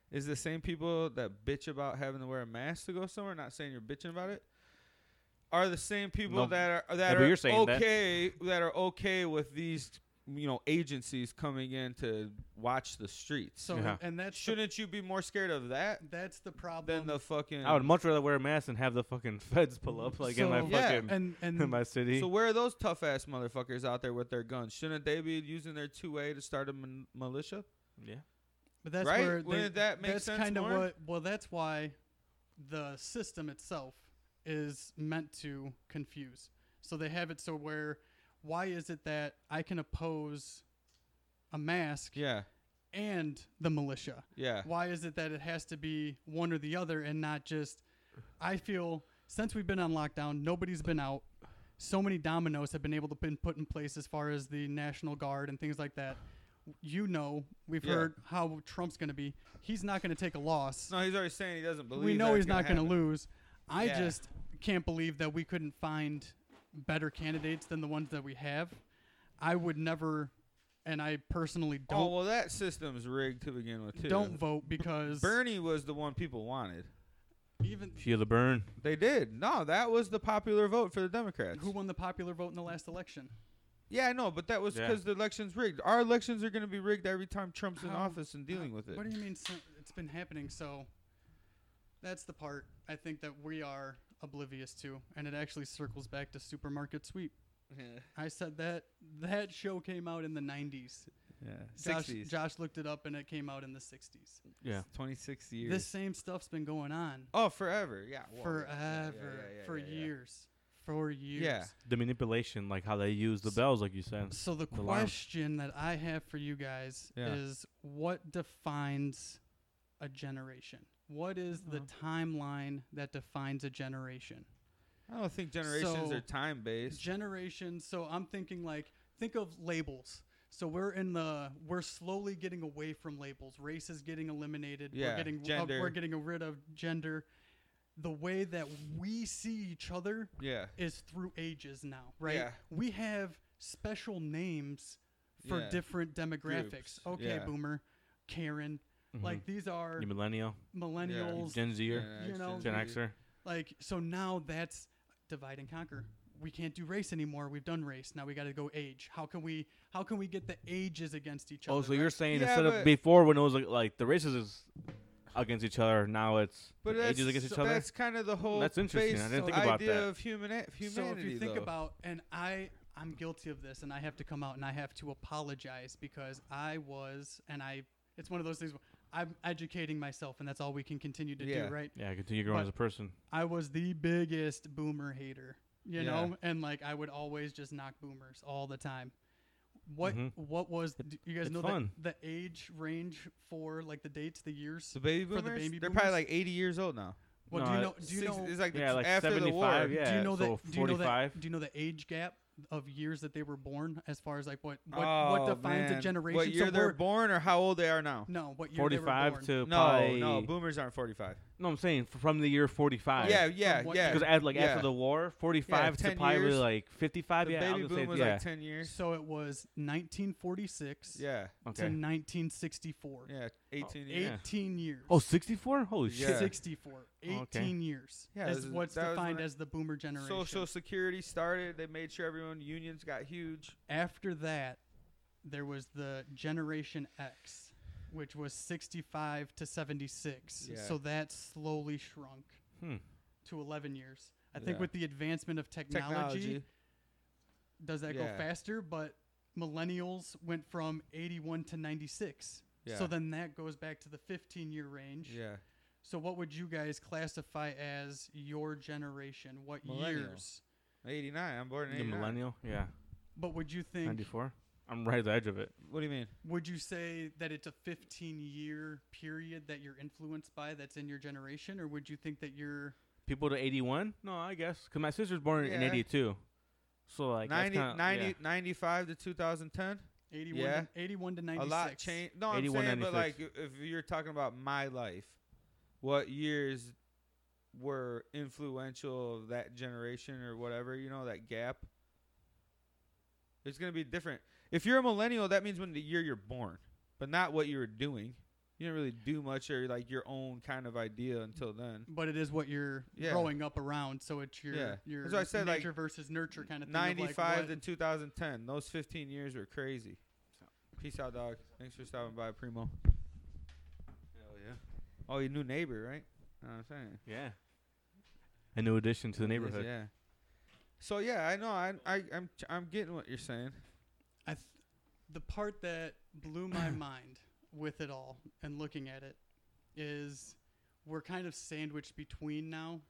is the same people that bitch about having to wear a mask to go somewhere. Not saying you're bitching about it. Are the same people No. that are Yeah, that but you're are saying that. okay that. are okay with these you know agencies coming in to watch the streets. So Yeah. and that's the, Shouldn't you be more scared of that that's the problem. than the fucking? I would much rather wear a mask and have the fucking feds pull up like in my So- Yeah, fucking and in and my city. so where are those tough ass motherfuckers out there with their guns? Shouldn't they be using their two way to start a min- militia? yeah. But that's Right? where Wouldn't they- that make that's sense kinda more? what. Well, that's why the system itself is meant to confuse. So they have it so where why is it that I can oppose a mask Yeah, and the militia? yeah. Why is it that it has to be one or the other and not just? I feel since we've been on lockdown, nobody's been out. So many dominoes have been able to been put in place as far as the National Guard and things like that. You know, we've Yeah. heard how Trump's going to be. He's not going to take a loss. No, he's already saying he doesn't believe. we know that's he's not going to happen. lose. I Yeah. just can't believe that we couldn't find better candidates than the ones that we have. I would never, and I personally don't oh well, that system's rigged to begin with too. don't vote because Bernie was the one people wanted. even Feel the burn. They did. No, that was the popular vote for the Democrats. who won the popular vote in the last election. yeah, I know, but that was Yeah. because the election's rigged. Our elections are going to be rigged every time Trump's in How- office and dealing Uh, with it. What do you mean? So, it's been happening, so that's the part I think that we are oblivious to, and it actually circles back to Supermarket Sweep. I said that that show came out in the '90s. yeah, Josh, sixties. Josh looked it up, and it came out in the '60s. Yeah. twenty six years. This same stuff's been going on oh, forever. Yeah, well, forever, yeah, yeah, yeah, yeah, for yeah, yeah. years, for years. The manipulation, like how they use the bells, like you said. So the, The alarm. question that I have for you guys Yeah. is what defines a generation? What is the timeline that defines a generation? I don't think generations So- are time based. Generation, so I'm thinking like think of labels. So we're in the we're slowly getting away from labels. Race is getting eliminated. Yeah, we're getting uh, gender. we're getting rid of gender. The way that we see each other Yeah. is through ages now, right? Yeah. We have special names for Yeah. different demographics. Groups, Okay, yeah. boomer, Karen, like these are Mm-hmm. You millennial, you millennials. Gen Zer, Yeah, you know, Gen Gen Xer. Like so now that's divide and conquer. We can't do race anymore. We've done race. Now we got to go age. How can we how can we get the ages against each other? Oh, so you're saying Yeah, instead but- of before when it was like, like the races is against each other, now it's But the that's, ages against each so other. that's kind of the whole That's interesting. I base didn't think about idea that. of humani- so humanity. if you think though. about and I I'm guilty of this and I have to come out and I have to apologize because I was and I it's one of those things where I'm educating myself and that's all we can continue to Yeah. do, right? yeah, continue growing but- as a person. I was the biggest boomer hater, you Yeah. know, and like I would always just knock boomers all the time. What Mhm. Mm-hmm. what was do you guys it's know fun. the the age range for like the dates, the years? the baby for the boomers, baby they're probably like boomers? 80 years old now. well, do No, you know? Do you Six- know? It's like the Yeah, tr- like after the war. 75, yeah. do you know so that? Do you know that? 45? Do you know the age gap of years that they were born? As far as like what what, Oh, what defines man. a generation? What year so they're we're- born or how old they are now? no, what year they were 45 born? to No, probably, no, boomers aren't 45. no, I'm saying f- from the year 45. yeah, yeah, what yeah. Because after, like, yeah. after the war, 45 to 10 probably years. like 55. the yeah, I baby was boom gonna say, was yeah. like 10 years. So it was 1946 Yeah, to okay. 1964. yeah, 18 years. Yeah. 18 years. Oh, 64? Holy Yeah. shit. 64, 18 Okay. years. Yeah, is this is- what's that was when defined I- as the boomer generation. Social Security started. They made sure everyone unions got huge. After that, there was the Generation X, which was 65 to 76. Yeah. So that slowly shrunk Hmm. to 11 years. I think Yeah. with the advancement of technology, Technology. does that go Yeah. faster? But millennials went from 81 to 96. Yeah. So then that goes back to the 15 year range. Yeah. So what would you guys classify as your generation? What Millennial. years? 89. I'm born in The 89. millennial? Yeah. But would you think 94? I'm right at the edge of it. What do you mean? would you say that it's a 15 year period that you're influenced by that's in your generation or would you think that you're People to 81? No, I guess. Because my sister's born in Yeah. 82. So, like, that's 90, kinda- 90 yeah. 95 to 2010. 81 Yeah. to, 81 to 96? A lot changed. No, I'm 81, saying, but 96. like, i- if you're talking about my life, what years were influential of that generation or whatever? You know, that gap. It's gonna be different. If you're a millennial, that means when the year you're born, but not what you were doing. You didn't really do much or like your own kind of idea until then. But it is what you're Yeah. growing up around, so it's your Yeah. your That's why I said, like, nature versus nurture kind of thing. of like 95 what- to 2010. Those 15 years were crazy. Peace out, dog. Thanks for stopping by, Primo. Hell yeah. Oh, your new neighbor, right? Know what I'm saying. Yeah. A new addition to the neighborhood. Yeah. So yeah, I know. I I I'm ch- I'm getting what you're saying. I th- the part that blew my mind with it all and looking at it is we're kind of sandwiched between now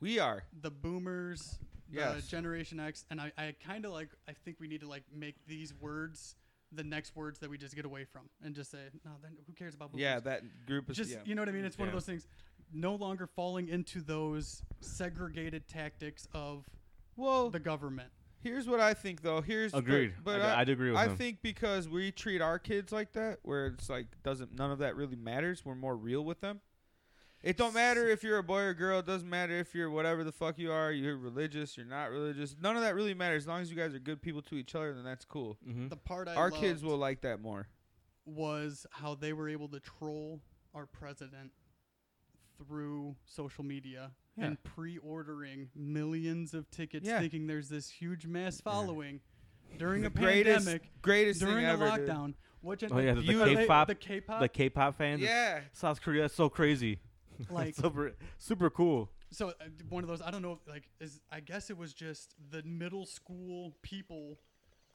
We are. the boomers the Yes. generation x and i, I kind of like i think we need to like make these words the next words that we just get away from and just say no then who cares about boomers Yeah, that group is. just yeah. you know what i mean it's one of Yeah. those things no longer falling into those segregated tactics of Well, the government here's what I think though. Here's but- Agreed. But, I, I, I, do agree with I him. think because we treat our kids like that, where it's like doesn't none of that really matters. We're more real with them. It don't matter if you're a boy or girl. It doesn't matter if you're whatever the fuck you are. You're religious. You're not religious. None of that really matters. As long as you guys are good people to each other, then that's cool. Mm-hmm. The part I Our kids loved will like that more. was how they were able to troll our president through social media Yeah. and pre-ordering millions of tickets, Yeah. thinking there's this huge mass following during The a greatest, pandemic, greatest during thing a ever. dude. lockdown. What gen- Oh, yeah, the- you- the K-pop- the K-pop, The K-pop fans. it's- Yeah. South Korea is so crazy. like super, super cool. so uh, d- one of those i don't know if, like is i guess it was just the middle school people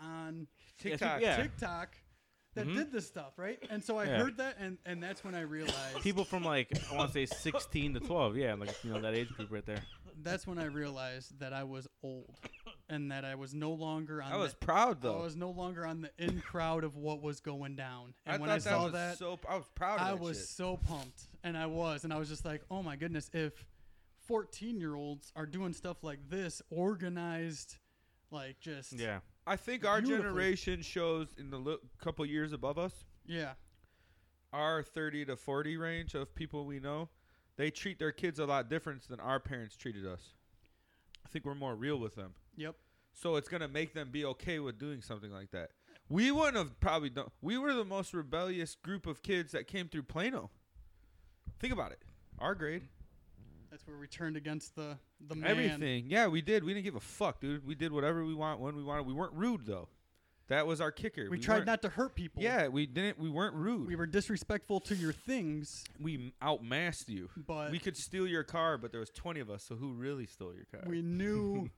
on Yes, TikTok. yeah. tiktok that Mhm. did this stuff right and so i Yeah. heard that and and that's when i realized People from like I want to say 16 to 12. Yeah, like you know that age group right there. that's when i realized that i was old and that i was no longer on I was the, proud I though. was no longer on the in crowd of what was going down I and thought when i that saw was that so. I was proud of I that was shit. so pumped, and I was, and I was just like, oh my goodness, if 14 year olds are doing stuff like this, organized, like just Yeah, I think our beautifully. generation shows in the li- couple years above us, yeah, our 30 to 40 range of people we know, they treat their kids a lot different than our parents treated us. I think we're more real with them. yep, So it's going to make them be okay with doing something like that. We wouldn't have probably done. We were the most rebellious group of kids that came through Plano. Think about it. Our grade. that's where we turned against the the man. Everything. Yeah, we did. We didn't give a fuck, dude. We did whatever we want when we wanted. We weren't rude though. That was our kicker. We, tried weren't- not to hurt people. Yeah, we didn't. We weren't rude. we were disrespectful to your things, we outmassed you. but we we, could steal your car, but there was twenty of us. So who really stole your car? knew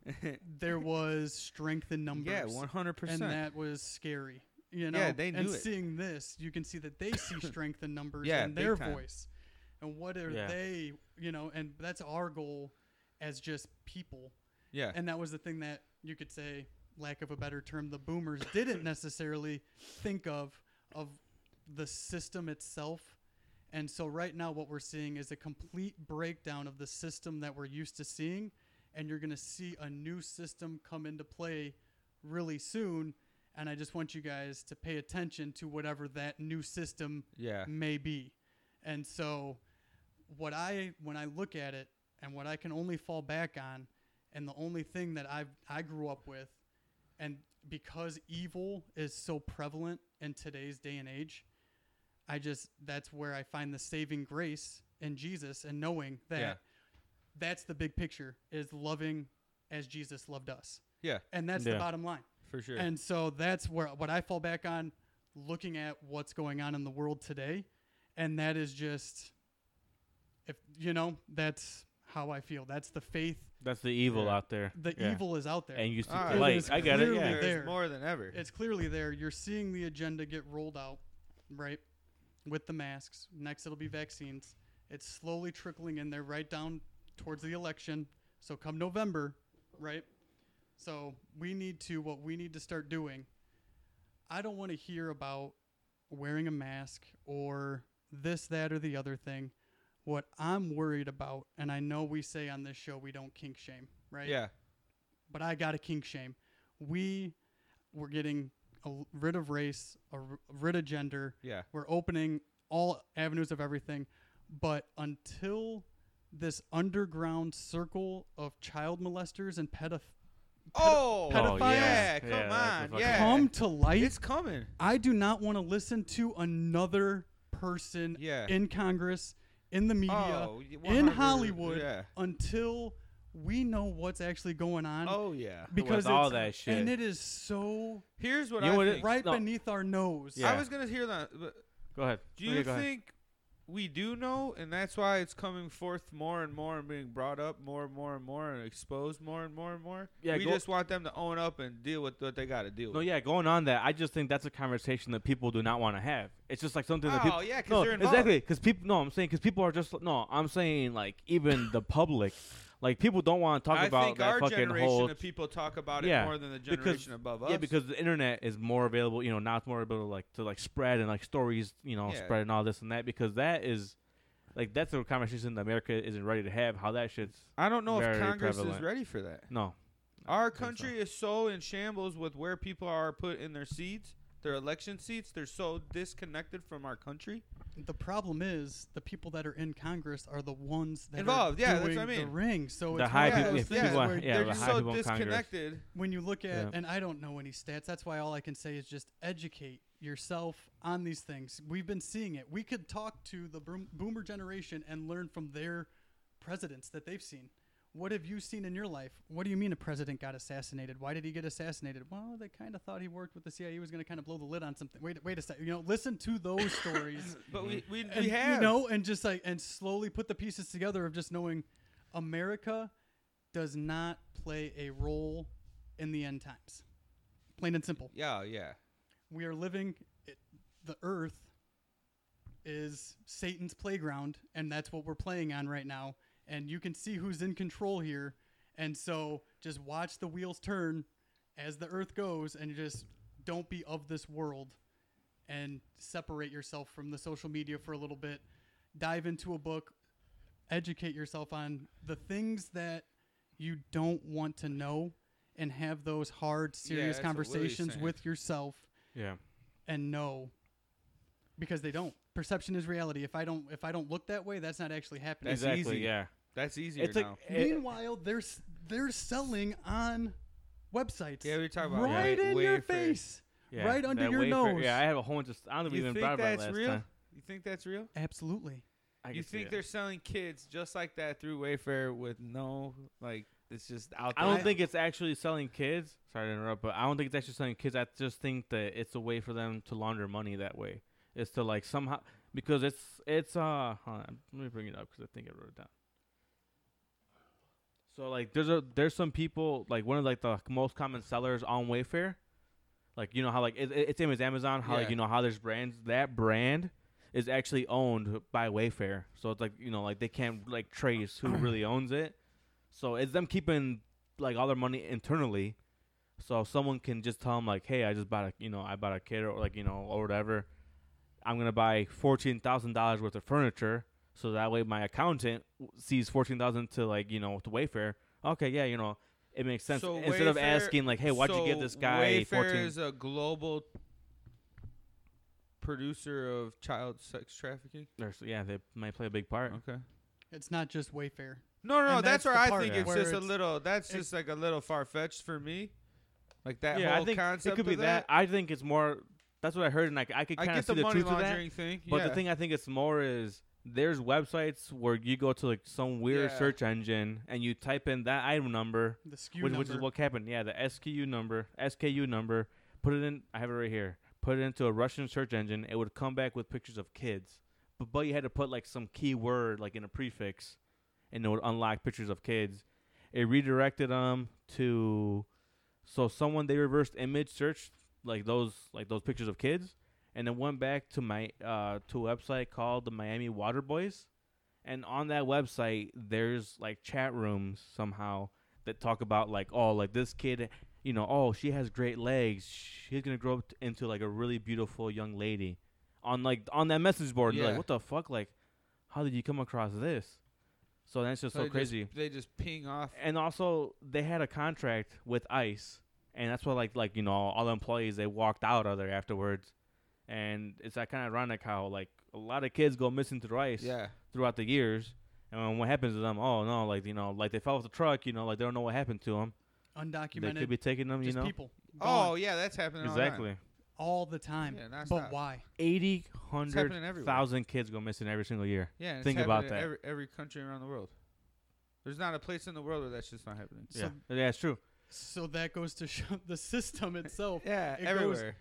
there was strength in numbers. yeah, one hundred and percent. that was scary. You know, Yeah, they and knew it. seeing this, you can see that they see strength in numbers Yeah, and big their time. voice, and what are Yeah. they? You know, and that's our goal as just people. Yeah, And that was the thing that you could say, lack of a better term, the boomers didn't necessarily think of of the system itself. And so right now, what we're seeing is a complete breakdown of the system that we're used to seeing, and you're going to see a new system come into play really soon. And I just want you guys to pay attention to whatever that new system yeah, may be. And so what I when I look at it and what I can only fall back on and the only thing that I I grew up with and because evil is so prevalent in today's day and age, I just that's where I find the saving grace in Jesus and knowing that Yeah. that's the big picture is loving as Jesus loved us. Yeah. And that's Yeah. the bottom line. for sure. And so that's where what I fall back on looking at what's going on in the world today. And that is just if you know, that's how I feel. That's the faith. that's the evil Yeah. out there. The Yeah. evil is out there. and you see Ah, the it light. is I get it. clearly Yeah, There's there. more than ever. it's clearly there. You're seeing the agenda get rolled out, right? With the masks. Next it'll be vaccines. It's slowly trickling in there right down towards the election. So come November, right? So we need to what we need to start doing. I don't want to hear about wearing a mask or this, that, or the other thing. What I'm worried about, and I know we say on this show we don't kink shame, right? yeah, but I got a kink shame. We were getting a, rid of race, a, rid of gender. yeah, We're opening all avenues of everything. But until this underground circle of child molesters and pedophiles Oh, pedophiles. yeah, come Yeah, that's a on, fucking- yeah. come to light, it's coming. I do not want to listen to another person Yeah. in Congress, in the media, Oh, y- in 100, Hollywood yeah. until we know what's actually going on. Oh yeah. because With all it's- that shit. and it is so Here's what You I know what it- think. right No. beneath our nose. Yeah. I was gonna hear that. But Go ahead. do Okay, you go ahead. think we do know, and that's why it's coming forth more and more and being brought up more and more and more and exposed more and more and more? Yeah, we go- just want them to own up and deal with what they got to deal No, with. yeah, going on that, I just think that's a conversation that people do not want to have. It's just like something that Oh, people. yeah, 'cause no, they're involved. exactly. Because people, no, I'm saying because people are just no. I'm saying like even the public, like people don't want to talk I about think that our fucking generation whole. of people talk about Yeah, it more than the because- generation above us. Yeah, because the internet is more available. You know, now it's more available like to like spread and like stories. You know, Yeah. spread and all this and that because that is, like, that's a conversation that America isn't ready to have. How that shit's I don't know if Very Congress is prevalent. ready for that. no. Our think so. country is so in shambles with where people are put in their seats, their election seats. They're so disconnected from our country The problem is the people that are in Congress are the ones that Involved, Are yeah, that's what doing I the mean. ring. So The it's high one of people- those if things people want- where yeah, They're the just high so people in Congress. disconnected. when you look at Yeah. and I don't know any stats. That's why all I can say is just educate yourself on these things. We've been seeing it. We could talk to the broom- boomer generation and learn from their presidents that they've seen. What have you seen in your life? What do you mean a president got assassinated? Why did he get assassinated? Well, they kind of thought he worked with the CIA. He was going to kind of blow the lid on something. Wait, wait a second. You know, listen to those stories. But we we, and, we have you know and just like and slowly put the pieces together of just knowing america does not play a role in the end times plain and simple yeah yeah we are living it, the earth is satan's playground and that's what we're playing on right now and you can see who's in control here and so just watch the wheels turn as the earth goes and you just don't be of this world and separate yourself from the social media for a little bit dive into a book educate yourself on the things that you don't want to know and have those hard that's serious what Willie's conversations saying. with yourself Yeah. and know because they don't perception is reality if i don't if i don't look that way that's not actually happening That's exactly. easy. Yeah. that's easier it's like now. it- meanwhile they're s- they're selling on websites Yeah, we were talking about right way- in way your for- face yeah, right under that your wafer- nose Yeah, I have a whole bunch of. I don't you even think brought that that's last real? time. You think that's real? absolutely I you can see think it. they're selling kids just like that through Wayfair with no like it's just out I there. don't think it's actually selling kids. Sorry to interrupt, but I don't think it's actually selling kids. I just think that it's a way for them to launder money that way. It's to like somehow because it's it's uh hold on, let me bring it up because I think I wrote it down. So like there's a there's some people like one of like the most common sellers on Wayfair, like you know how like it, it- it's same as Amazon how Yeah. like you know how there's brands that brand is actually owned by Wayfair, so it's like you know like they can't like trace who really owns it. So it's them keeping like all their money internally. So if someone can just tell them like, "Hey, I just bought a, you know, I bought a kid or like, you know, or whatever. I'm gonna buy fourteen thousand dollars worth of furniture, so that way my accountant w- sees fourteen thousand to like, you know, to Wayfair. Okay, yeah, you know, it makes sense. So Instead of Wayfair- asking like, "Hey, why'd you give So this guy Wayfair 14? is a global producer of child sex trafficking. Or so- Yeah, they might play a big part. Okay. it's not just wayfair No, no, And that's, that's where the I part think Yeah. it's where just a it's- little. That's it- just like a little far fetched for me. Like that yeah, whole I think concept. it could be of that. that. I think it's more. That's what I heard, and like I could I kind of get see the, the, money truth of that. laundering thing, But yeah. the thing I think it's more is there's websites where you go to like some weird Yeah. search engine and you type in that item number, the skew which, number. which is what happened. Yeah, the SKU number, SKU number. Put it in. I have it right here. Put it into a Russian search engine. It would come back with pictures of kids, but but you had to put like some keyword like in a prefix, and it would unlock pictures of kids. It redirected them to, so someone they reversed image searched like those like those pictures of kids and then went back to my uh, to a website called the Miami Water Boys, and on that website there's like chat rooms somehow that talk about like oh like this kid you know oh she has great legs she's gonna grow up t- into like a really beautiful young lady on like on that message board and you're Yeah. like what the fuck like how did you come across this so that's just so, they crazy Just, they just ping off. and also they had a contract with ICE, and that's why like like you know all the employees they walked out of there afterwards, and it's that kind of ironic how like a lot of kids go missing through ICE Yeah, throughout the years, and when what happens to them? Oh no, like you know like they fell off the truck, you know like they don't know what happened to them. They undocumented could be taking them, you just know, people Oh gone yeah, that's happening. all the time. exactly all the time Yeah, but nonstop. why eighty It's hundred happening everywhere. thousand kids go missing every single year. Yeah, and it's Think about happening that. in Every, every country around the world. There's not a place in the world where that's just not happening. So- yeah, yeah, it's true. So that goes to show the system itself. Yeah, it goes everywhere.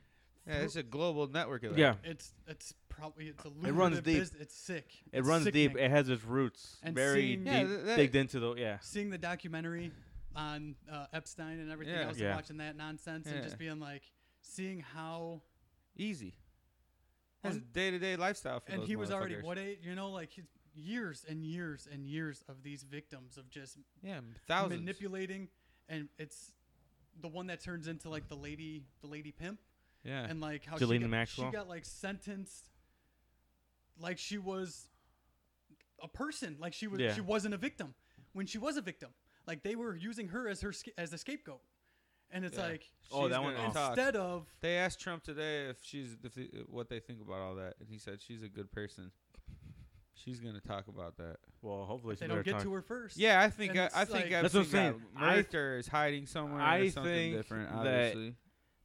Yeah, through- it's a global network. Of that. Yeah, It's it's probably it's a It runs lucrative deep. bus- It's sick. it It's runs deep. sickening. It has its roots And very seeing- deep, Yeah, th- that- digged into the yeah. Seeing the documentary on uh, Epstein and everything Yeah. else, Yeah. and watching that nonsense, Yeah. and just being like, seeing how. easy. That's Un- day to day lifestyle for And those he was already motherfuckers. what age? You know, like he's years and years and years of these victims of just Yeah, thousands. manipulating, and it's the one that turns into like the lady, the lady pimp. yeah, and like how Ghislaine she, got, she Maxwell. got like sentenced like she was a person like she was Yeah. she wasn't a victim when she was a victim like they were using her as her sca- as a scapegoat and it's Yeah. like Oh, She's that one- gonna oh. talk. instead of They asked Trump today if she's if the, what they think about all that, and he said she's a good person. She's gonna talk about that. Well, hopefully they don't get to her first. Yeah, I think And I, it's I think like- I've That's what I'm seen that saying. I th- Mercer is hiding somewhere. I or something think different. that Obviously,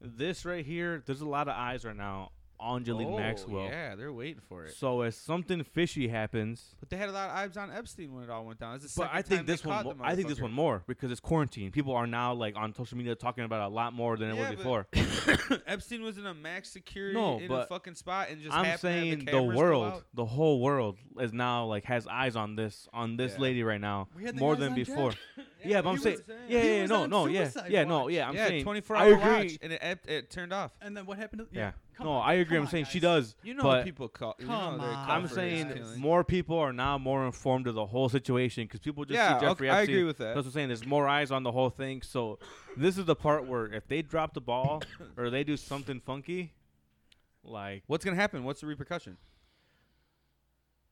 This right here, there's a lot of eyes right now on Jalene Oh, Maxwell. Yeah, they're waiting for it. So if something fishy happens, But they had a lot of eyes on Epstein when it all went down. It's the but second I time think they this one, caught mo- the I think this motherfucker. one more because it's quarantine. People are now like on social media talking about it a lot more than it Yeah, was but before. Epstein was in a max security No, in a but fucking spot and just I'm happened to have saying the, the, cameras go world, out. the whole world is now like has eyes on this on this Yeah. lady right now We had the more guys than on before. Jack. Yeah, but I'm he saying, was- yeah, he yeah, was no, on no, yeah, Suicide yeah, no, Watch. yeah. I'm yeah, saying 24 I hour agree. watch and it, ep- it turned off. And then what happened? To, Yeah. come No, on, I agree. come I'm on, saying she guys. does. You know but people call. You Come know they're on. I'm called for his saying killing. more people are now more informed of the whole situation because people just yeah, see Jeffrey okay, I Epstein. agree with that. That's what I'm saying. There's more eyes on the whole thing. So this is the part where if they drop the ball or they do something funky, like What's gonna happen? What's the repercussion?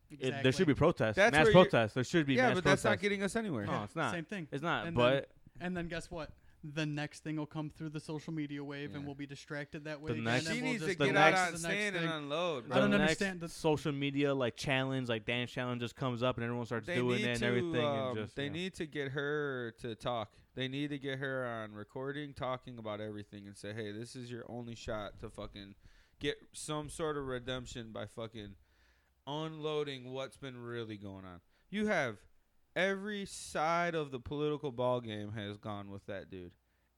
it, there should be Exactly. protests, That's mass where you're- protests. There should be yeah, mass but protests. that's not getting us anywhere. No, it's not. Same thing. It's not. And then but And then guess what? The next thing will come through the social media wave, Yeah. and we'll be distracted that way. The again, next- and she we'll needs to just the get go out next- back on to the next stand and thing. unload. I bro. don't the understand the- Next social media like challenge, like dance challenge, just comes up and everyone starts They doing need it and to, everything. um, and just they yeah. need to get her to talk. They need to get her on recording, talking about everything, and say, "Hey, this is your only shot to fucking get some sort of redemption by fucking unloading what's been really going on." You have every side of the political ball game has gone with that dude.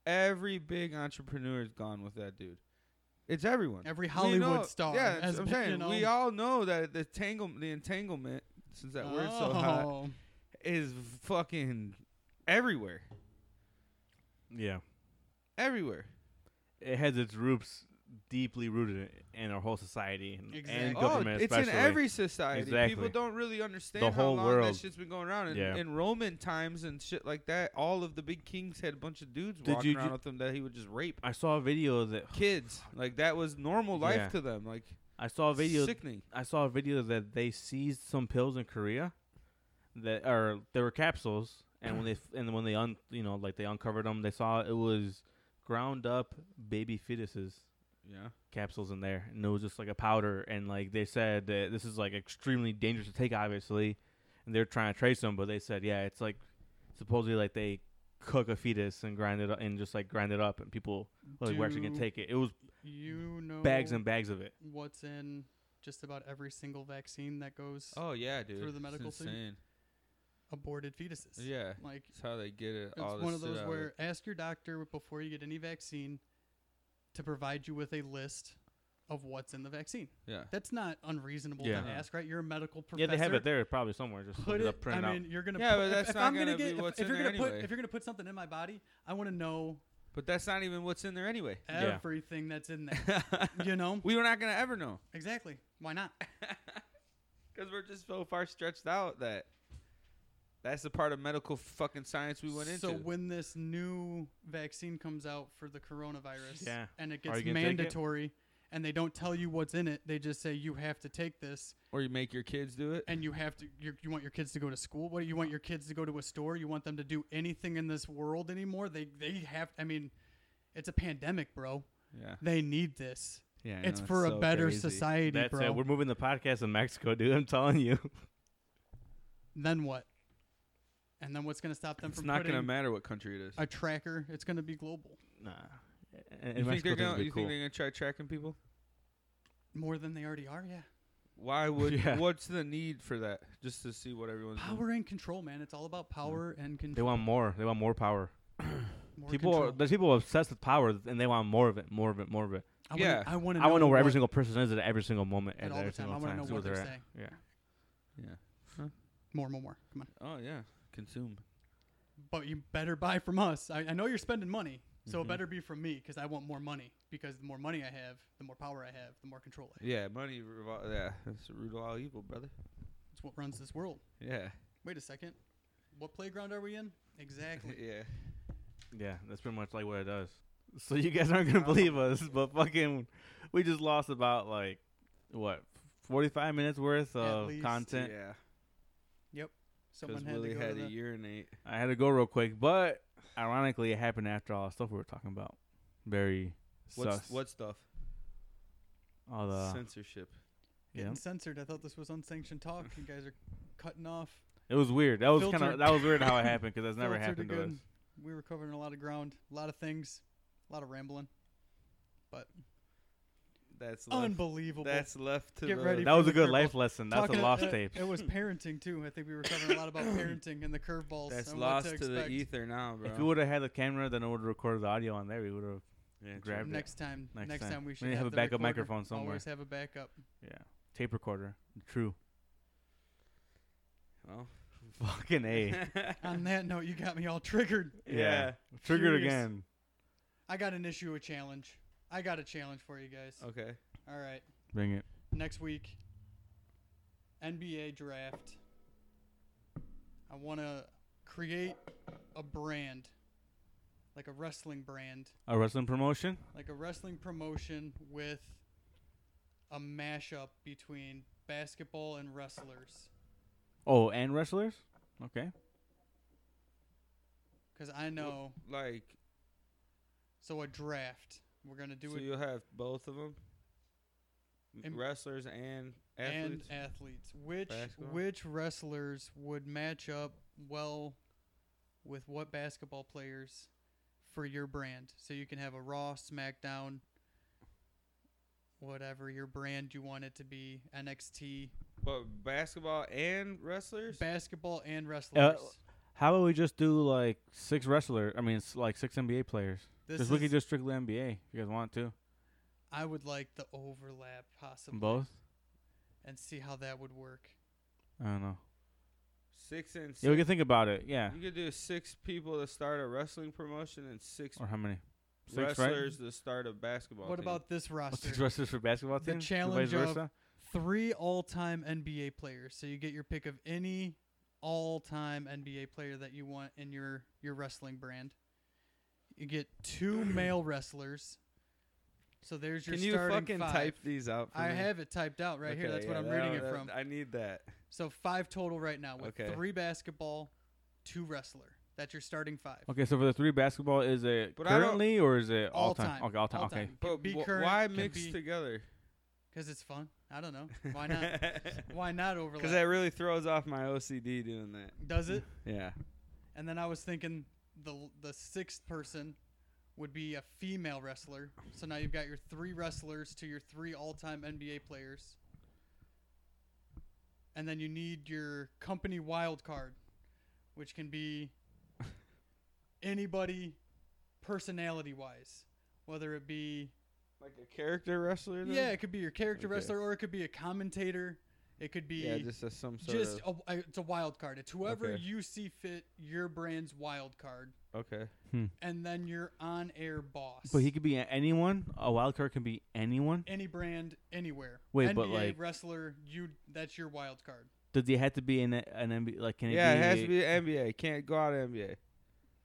Every big entrepreneur has gone with that dude. It's everyone. Every We Hollywood know- star. Yeah, has I'm been, saying you know, we all know that the tangle, the entanglement, since that word's so hot, Oh. is fucking everywhere, Yeah, everywhere. it has its roots deeply rooted in our whole society and, and Exactly. Oh, government, it's especially. in every society. People Exactly. don't really understand The whole how long world. that shit's been going around. In, Yeah. in Roman times and shit like that, all of the big kings had a bunch of dudes Did walking you around ju- with them that he would just rape I saw a video that kids. Like that was normal life Yeah. to them. Like I saw a video. sickening. I saw a video that they seized some pills in Korea, that or they were capsules, and when they f- and when they un you know like they uncovered them, they saw it was ground up baby fetuses Yeah. capsules in there, and it was just like a powder, and like they said that this is like extremely dangerous to take, obviously, and they're trying to trace them, but they said yeah, it's like supposedly like they cook a fetus and grind it up and just like grind it up, and people like were actually gonna Do Oh. take it. It was You know bags and bags of it. what's in just about every single vaccine that goes Oh yeah, dude. Through the medical it's thing? insane. aborted fetuses. Yeah. Like That's how they get it. it's all this one of shit those out it. where ask your doctor before you get any vaccine to provide you with a list of what's in the vaccine. Yeah. That's not unreasonable Yeah. to ask, right? You're a medical professor. Yeah, they have it there probably somewhere. Just Put look it it. up, print I it out. mean, you're gonna. Yeah, put- but if- that's if not I'm gonna gonna be get, if- what's if, in you're there gonna put anyway. if you're gonna put something in my body, I want to know But that's not even what's in there anyway. Yeah. everything that's in there. you know we were not gonna ever know exactly. Why not? because we're just so far stretched out that that's the part of medical fucking science we went So into. when this new vaccine comes out for the coronavirus, Yeah. and it Are gets you gonna take it? mandatory, and they don't tell you what's in it, they just say you have to take this, or you make your kids do it. and you have to. you you want your kids to go to school? What you want your kids to go to a store? You want them to do anything in this world anymore? They they have. I mean, it's a pandemic, bro. Yeah, They need this. yeah. I it's know, for a so better crazy. society, That's bro. it. We're moving the podcast to Mexico, dude. I'm telling you. then what? And then what's going to stop them It's from not putting gonna matter what country it is. a tracker? It's going to be global Nah. you think they're gonna? You think they're gonna try tracking people? more than they already are. Yeah, Why would? Yeah. What's the need for that? Just to see what everyone's doing? power and control, man. It's all about power and They control. want more. They want more power. more people control. are there's people obsessed with power and they want more of it, more of it, more of it. I wanna, Yeah. I want to. I want to know where every single person is at every single moment At and all the every time. I single wanna time. know see what where they're they're at. Yeah. Yeah. more, more, more. Come Oh on, yeah. Consume. but you better buy from us. I, I know you're spending money, Mhm. so Mm-hmm. it better be from me because I want more money. Because the more money I have, the more power I have, the more control I have. Yeah, money. Revol- yeah, that's the root of all evil, brother. It's what runs this world. Yeah. Wait a second, what playground are we in? Exactly. yeah. Yeah, that's pretty much like what it does. So you guys aren't gonna believe us, but fucking, we just lost about like what forty five minutes worth of least. content. Yeah. Yep. Because Someone had Willie to go had to to the, urinate. I had to go real quick, but ironically, it happened after all the stuff we were talking about. Very What's, sus. What stuff? all the Censorship. yeah. Getting censored. I thought this was unsanctioned talk. You guys are cutting off. It was weird. That was kind Filtered. of that was weird how it happened because that's never Filtered happened to us. again. We were covering a lot of ground, a lot of things, a lot of rambling. That's left, Unbelievable. that's left to Get the, ready That was for a the good curveball. life lesson. That's Talking- a lost uh, tape. It was parenting too. I think we were covering a lot about parenting and the curveballs. That's and lost what to, to, the expect ether now, bro. If we would have had a camera, then it would have recorded the audio on there. We would have Yeah, true. grabbed it. Next time, Next next, time. time. We we should need to have a the backup recorder. microphone somewhere. Always have a backup. Yeah, tape recorder. True. Well. Fucking a. On that note, you got me all triggered. yeah. Triggered Curious. again. I got an issue, a challenge. I got a challenge for you guys. Oh. Okay. All right, Bring it. next week, NBA draft. I want to create a brand, like a wrestling brand, A wrestling promotion. like a wrestling promotion with a mashup between basketball and wrestlers. Oh, and wrestlers. Okay. Because I know, Like, so a draft. We're gonna do so it you'll have both of them, And- wrestlers and athletes. and athletes. Which Basketball? which wrestlers would match up well with what basketball players for your brand? So you can have a Raw, SmackDown, whatever your brand you want it to be, NXT, but basketball and wrestlers. basketball and wrestlers. How about we just do like six wrestler? I mean, it's like six NBA players. this just we is- could just strictly NBA if you guys want to. I would like the overlap possibly Both. and see how that would work. I don't know. six and six. Yeah, we could think about it. Yeah. you could do six people to start a wrestling promotion and six Or how many? Six, wrestlers to start a basketball. what team. about this right? roster? Six wrestlers for basketball The teams. challenge vice of- versa? three all-time NBA players. So you get your pick of any all-time NBA player that you want in your your wrestling brand. You get two male wrestlers. So there's your Can you starting fucking five. type these out? For I me? have it typed out right here. Okay, That's what yeah, I'm that- reading it that- from. I need that. so five total right now with Okay. three basketball, two wrestler. That's your starting five. Okay, so for the three basketball, is it But I don't- currently or is it all, All time? time. Okay, all time. okay, But Can be wh- current, why can mix be- together? Because it's fun. I don't know. Why not? Why not overlap? Because that really throws off my OCD doing that. Does it? Yeah. And then I was thinking the the sixth person would be a female wrestler. So now you've got your three wrestlers to your three all-time NBA players. And then you need your company wild card, which can be anybody personality-wise, whether it be Like a character wrestler. Then? yeah, it could be your character Okay. wrestler or it could be a commentator. It could be Yeah, just a, some sort just of. a, a- it's a wild card. It's whoever Okay. you see fit your brand's wild card Okay. and then your on-air boss. but he could be a- anyone. A wild card can be anyone. any brand anywhere. Wait, NBA but, like- wrestler, you that's your wild card. Does he have to be in a- an NBA? Like, can it Yeah, be it has to be NBA. Can't go out of NBA.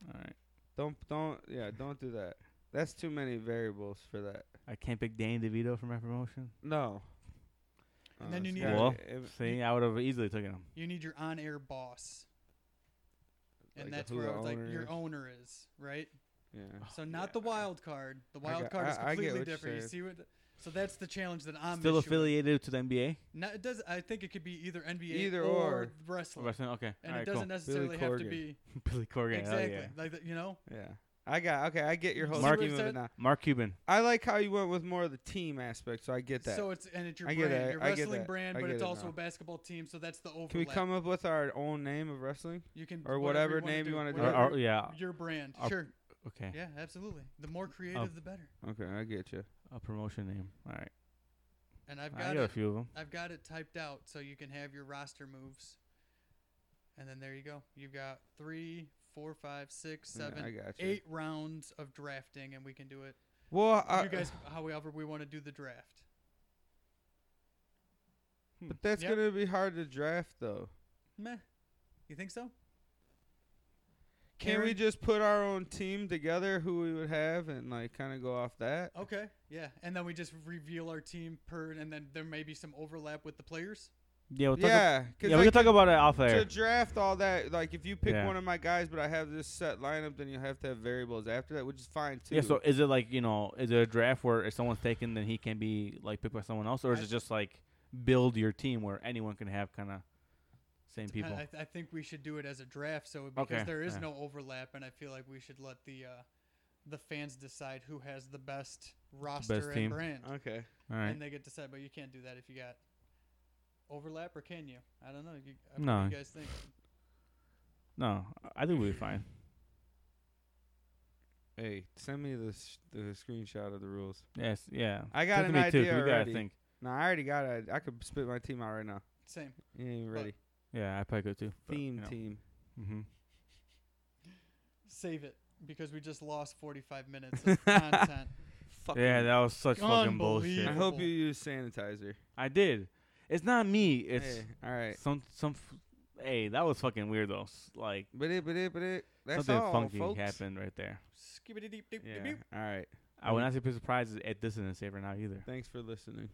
All right, Don't don't yeah, don't do that. That's too many variables for that. I can't pick Danny DeVito for my promotion. No. Oh, And then you it's need- gotta Well, be M- See, I would have easily taken him. You need your on-air boss. And Like that's who where the it's like owner your is. owner is, right? Oh, yeah. So not the wild card. The wild got- card is I- I get completely what you're different. You saying. see what? So that's the challenge that I'm Still issuing. affiliated to the NBA. No, it does. I think it could be either NBA Either or, or. wrestler, Wrestling. Okay, and all it right, doesn't cool. necessarily have to Corgan. be Billy Corgan. hell exactly yeah. like that. You know, Yeah. I got okay, I get your whole Mark- scheme of it said- now. Mark Cuban. I like how you went with more of the team aspect, so I get that. so it's and it's your I get brand, that, your I get wrestling that, brand, I but get it's it also now. a basketball team. So that's the overlap. Can we come up with our own name of wrestling? You can or whatever wanna name you wanna do. Or- Whatever. or- yeah. your brand. Our- sure. Okay. Yeah, absolutely. The more creative, the better. Okay, I get you. A promotion name. All right. And I've I got got a it. few of them. I've got it typed out so you can have your roster moves. And then there you go. You've got three, four, five, six, Yeah, I seven, got you. eight rounds of drafting, and we can do it. Well, uh, I, you guys, however, we want to do the draft. Hmm. but that's Yep. gonna be hard to draft though. Meh. You think so? Can we Aaron? just put our own team together, who we would have, and like kind of go off that? Oh, Okay. Yeah. And then we just reveal our team per, and then there may be some overlap with the players. Yeah, we'll talk ab- yeah, 'cause, yeah, we like, can talk about it off to air. draft all that, like if you pick Yeah. one of my guys, but I have this set lineup, then you have to have variables after that, which is fine too. Yeah, so is it like you know, is it a draft where if someone's taken, then he can be like picked by someone else, or is I- it just like build your team where anyone can have kind of same Depend- people? I, I think we should do it as a draft, so because Okay, there is yeah. no overlap, and I feel like we should let the uh, the fans decide who has the best roster and team. brand, okay, All right. and they get to decide. But you can't do that if you got overlap, or can you? I don't know. You, I No. What do you guys think? No, I think we'll be fine. hey, send me the sh- the screenshot of the rules. Yes. Yeah. I got Send an to me too, idea 'cause we gotta already. think. No, I already got it. I could spit my team out right now. Same. You ain't even But- ready. Yeah, I probably could too. Theme team. Mm-hmm. Save it because we just lost 45 minutes of content. Fucking Yeah, that was such fucking bullshit. I Unbelievable. hope you use sanitizer. I did. It's not me. It's Hey, all right. some some. F- hey, that was fucking weird though. S- Like But it, but it, but it. That's something all, funky folks. happened right there. Skibbity deep deep Yeah. deep. All right. I Mm. would not be surprised at this isn't safe right now either. Thanks for listening.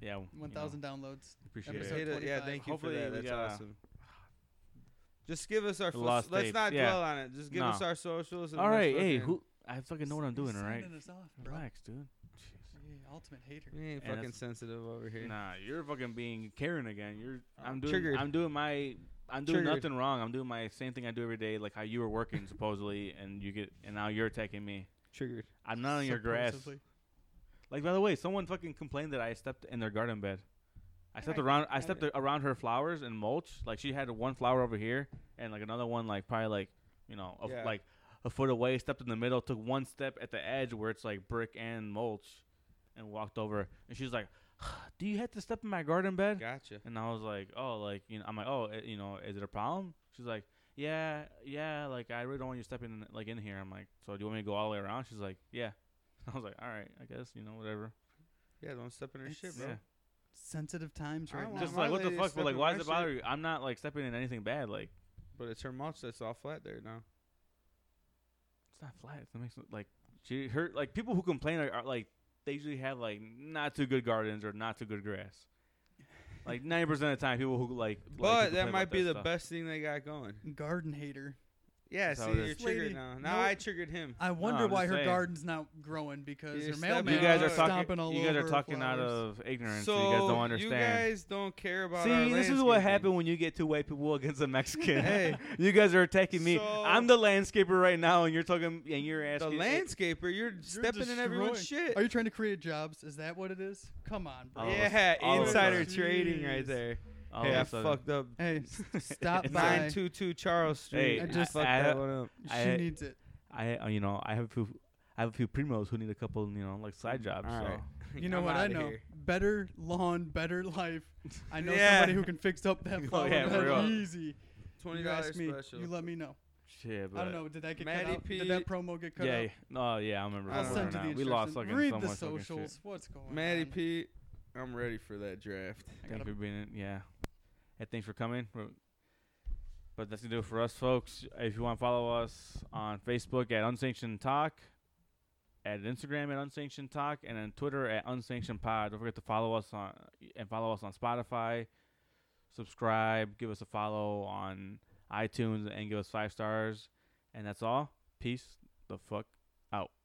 Yeah. you know, 1,000 downloads. Appreciate Episode it. Hit it- yeah, 25. thank you Hopefully for that. we That's got a- awesome. Just give us our. The fo- lost let's tapes, not yeah. dwell on it. Just give No. us our socials. And All let's right. Hey, fucking- who? I fucking know what I'm doing. All right. Signing us off, bro. Relax, dude. Gee, ultimate hater. We ain't And fucking it's- sensitive over here. Nah, you're fucking being Karen again. You're. I'm doing. Oh, Triggered. I'm doing my. I'm doing Triggered. nothing wrong. I'm doing my same thing I do every day, like how you were working supposedly, and you get, and now you're attacking me. Triggered. I'm not on your grass. Supposedly. Like by the way, someone fucking complained that I stepped in their garden bed. I stepped I- around. I- I stepped around her flowers and mulch. Like she had one flower over here and like another one, like probably like you know, a f Yeah. like a foot away. Stepped in the middle, took one step at the edge where it's like brick and mulch, and walked over. And she was like, "Do you have to step in my garden bed?" Gotcha. And I was like, oh, like you know, I'm like, oh, eh, you know, is it a problem? She's like, yeah, yeah, like I really don't want you stepping in, like in here. I'm like, so do you want me to go all the way around? She's like, yeah. I was like, all right, I guess you know, whatever. Yeah, don't step in her shit, It's- bro. Yeah. Sensitive times I right don't now. want Just my like what the lady to fuck? step But like, in why my does it bother shit. you? I'm not like stepping in anything bad. Like But it's her mulch that's all flat there now. it's not flat. It makes no- like she her like people who complain are, are like they usually have like not too good gardens or not too good grass. Like ninety percent of the time, people who like But like, who complain that about might be the stuff. best thing they got going. Garden hater. Yeah, That's how see, it you're is. triggered Lady, now. Now no- I triggered him. I wonder I'm why just her saying. garden's not growing because You're her stepping mailman You guys are is out. stomping all talking. You guys over are her talking out flowers. of ignorance. so you guys don't understand. You guys don't care about. our See, this is what landscaping. happened when you get two white people against a Mexican. Hey. you guys are attacking me. So- I'm the landscaper right now, and you're talking, and you're The asking. landscaper, you're, stepping in everyone's shit. Are you trying to create jobs? Is that what it is? Come on, bro. All of a yeah, all of a insider sudden. trading right Jeez. there. All hey, of I a sudden- fucked up. Hey, s- stop by. Nine two two Charles Street. Hey, I I just just- fucked I- that one up. she I- needs it. I, uh, you know, I have a few, I have a few primos who need a couple, you know, like side jobs. All so. right. You know I'm what I outta know? here. Better lawn, better life. I know Yeah. somebody who can fix up that flower Oh, yeah, for bed real. easy. Twenty you dollars ask me. special. You let me know. Shit, but I don't know. Did that get Matty cut out? P- Did that promo get cut yeah, out? no, yeah, I remember. I I'll don't somewhere send you now. the we instructions. lost fucking Read so the much fucking shit. socials. What's going Matty on? P, I'm ready for that draft. I Thank gotta- you for being in. Yeah. Hey, thanks for coming. We're- But that's going to do it for us, folks. If you want to follow us on Facebook at Unsanctioned Talk, at Instagram at Unsanctioned Talk, and on Twitter at Unsanctioned Pod. Don't forget to follow us on and follow us on Spotify. Subscribe, give us a follow on iTunes, and give us five stars. And that's all. Peace the fuck out.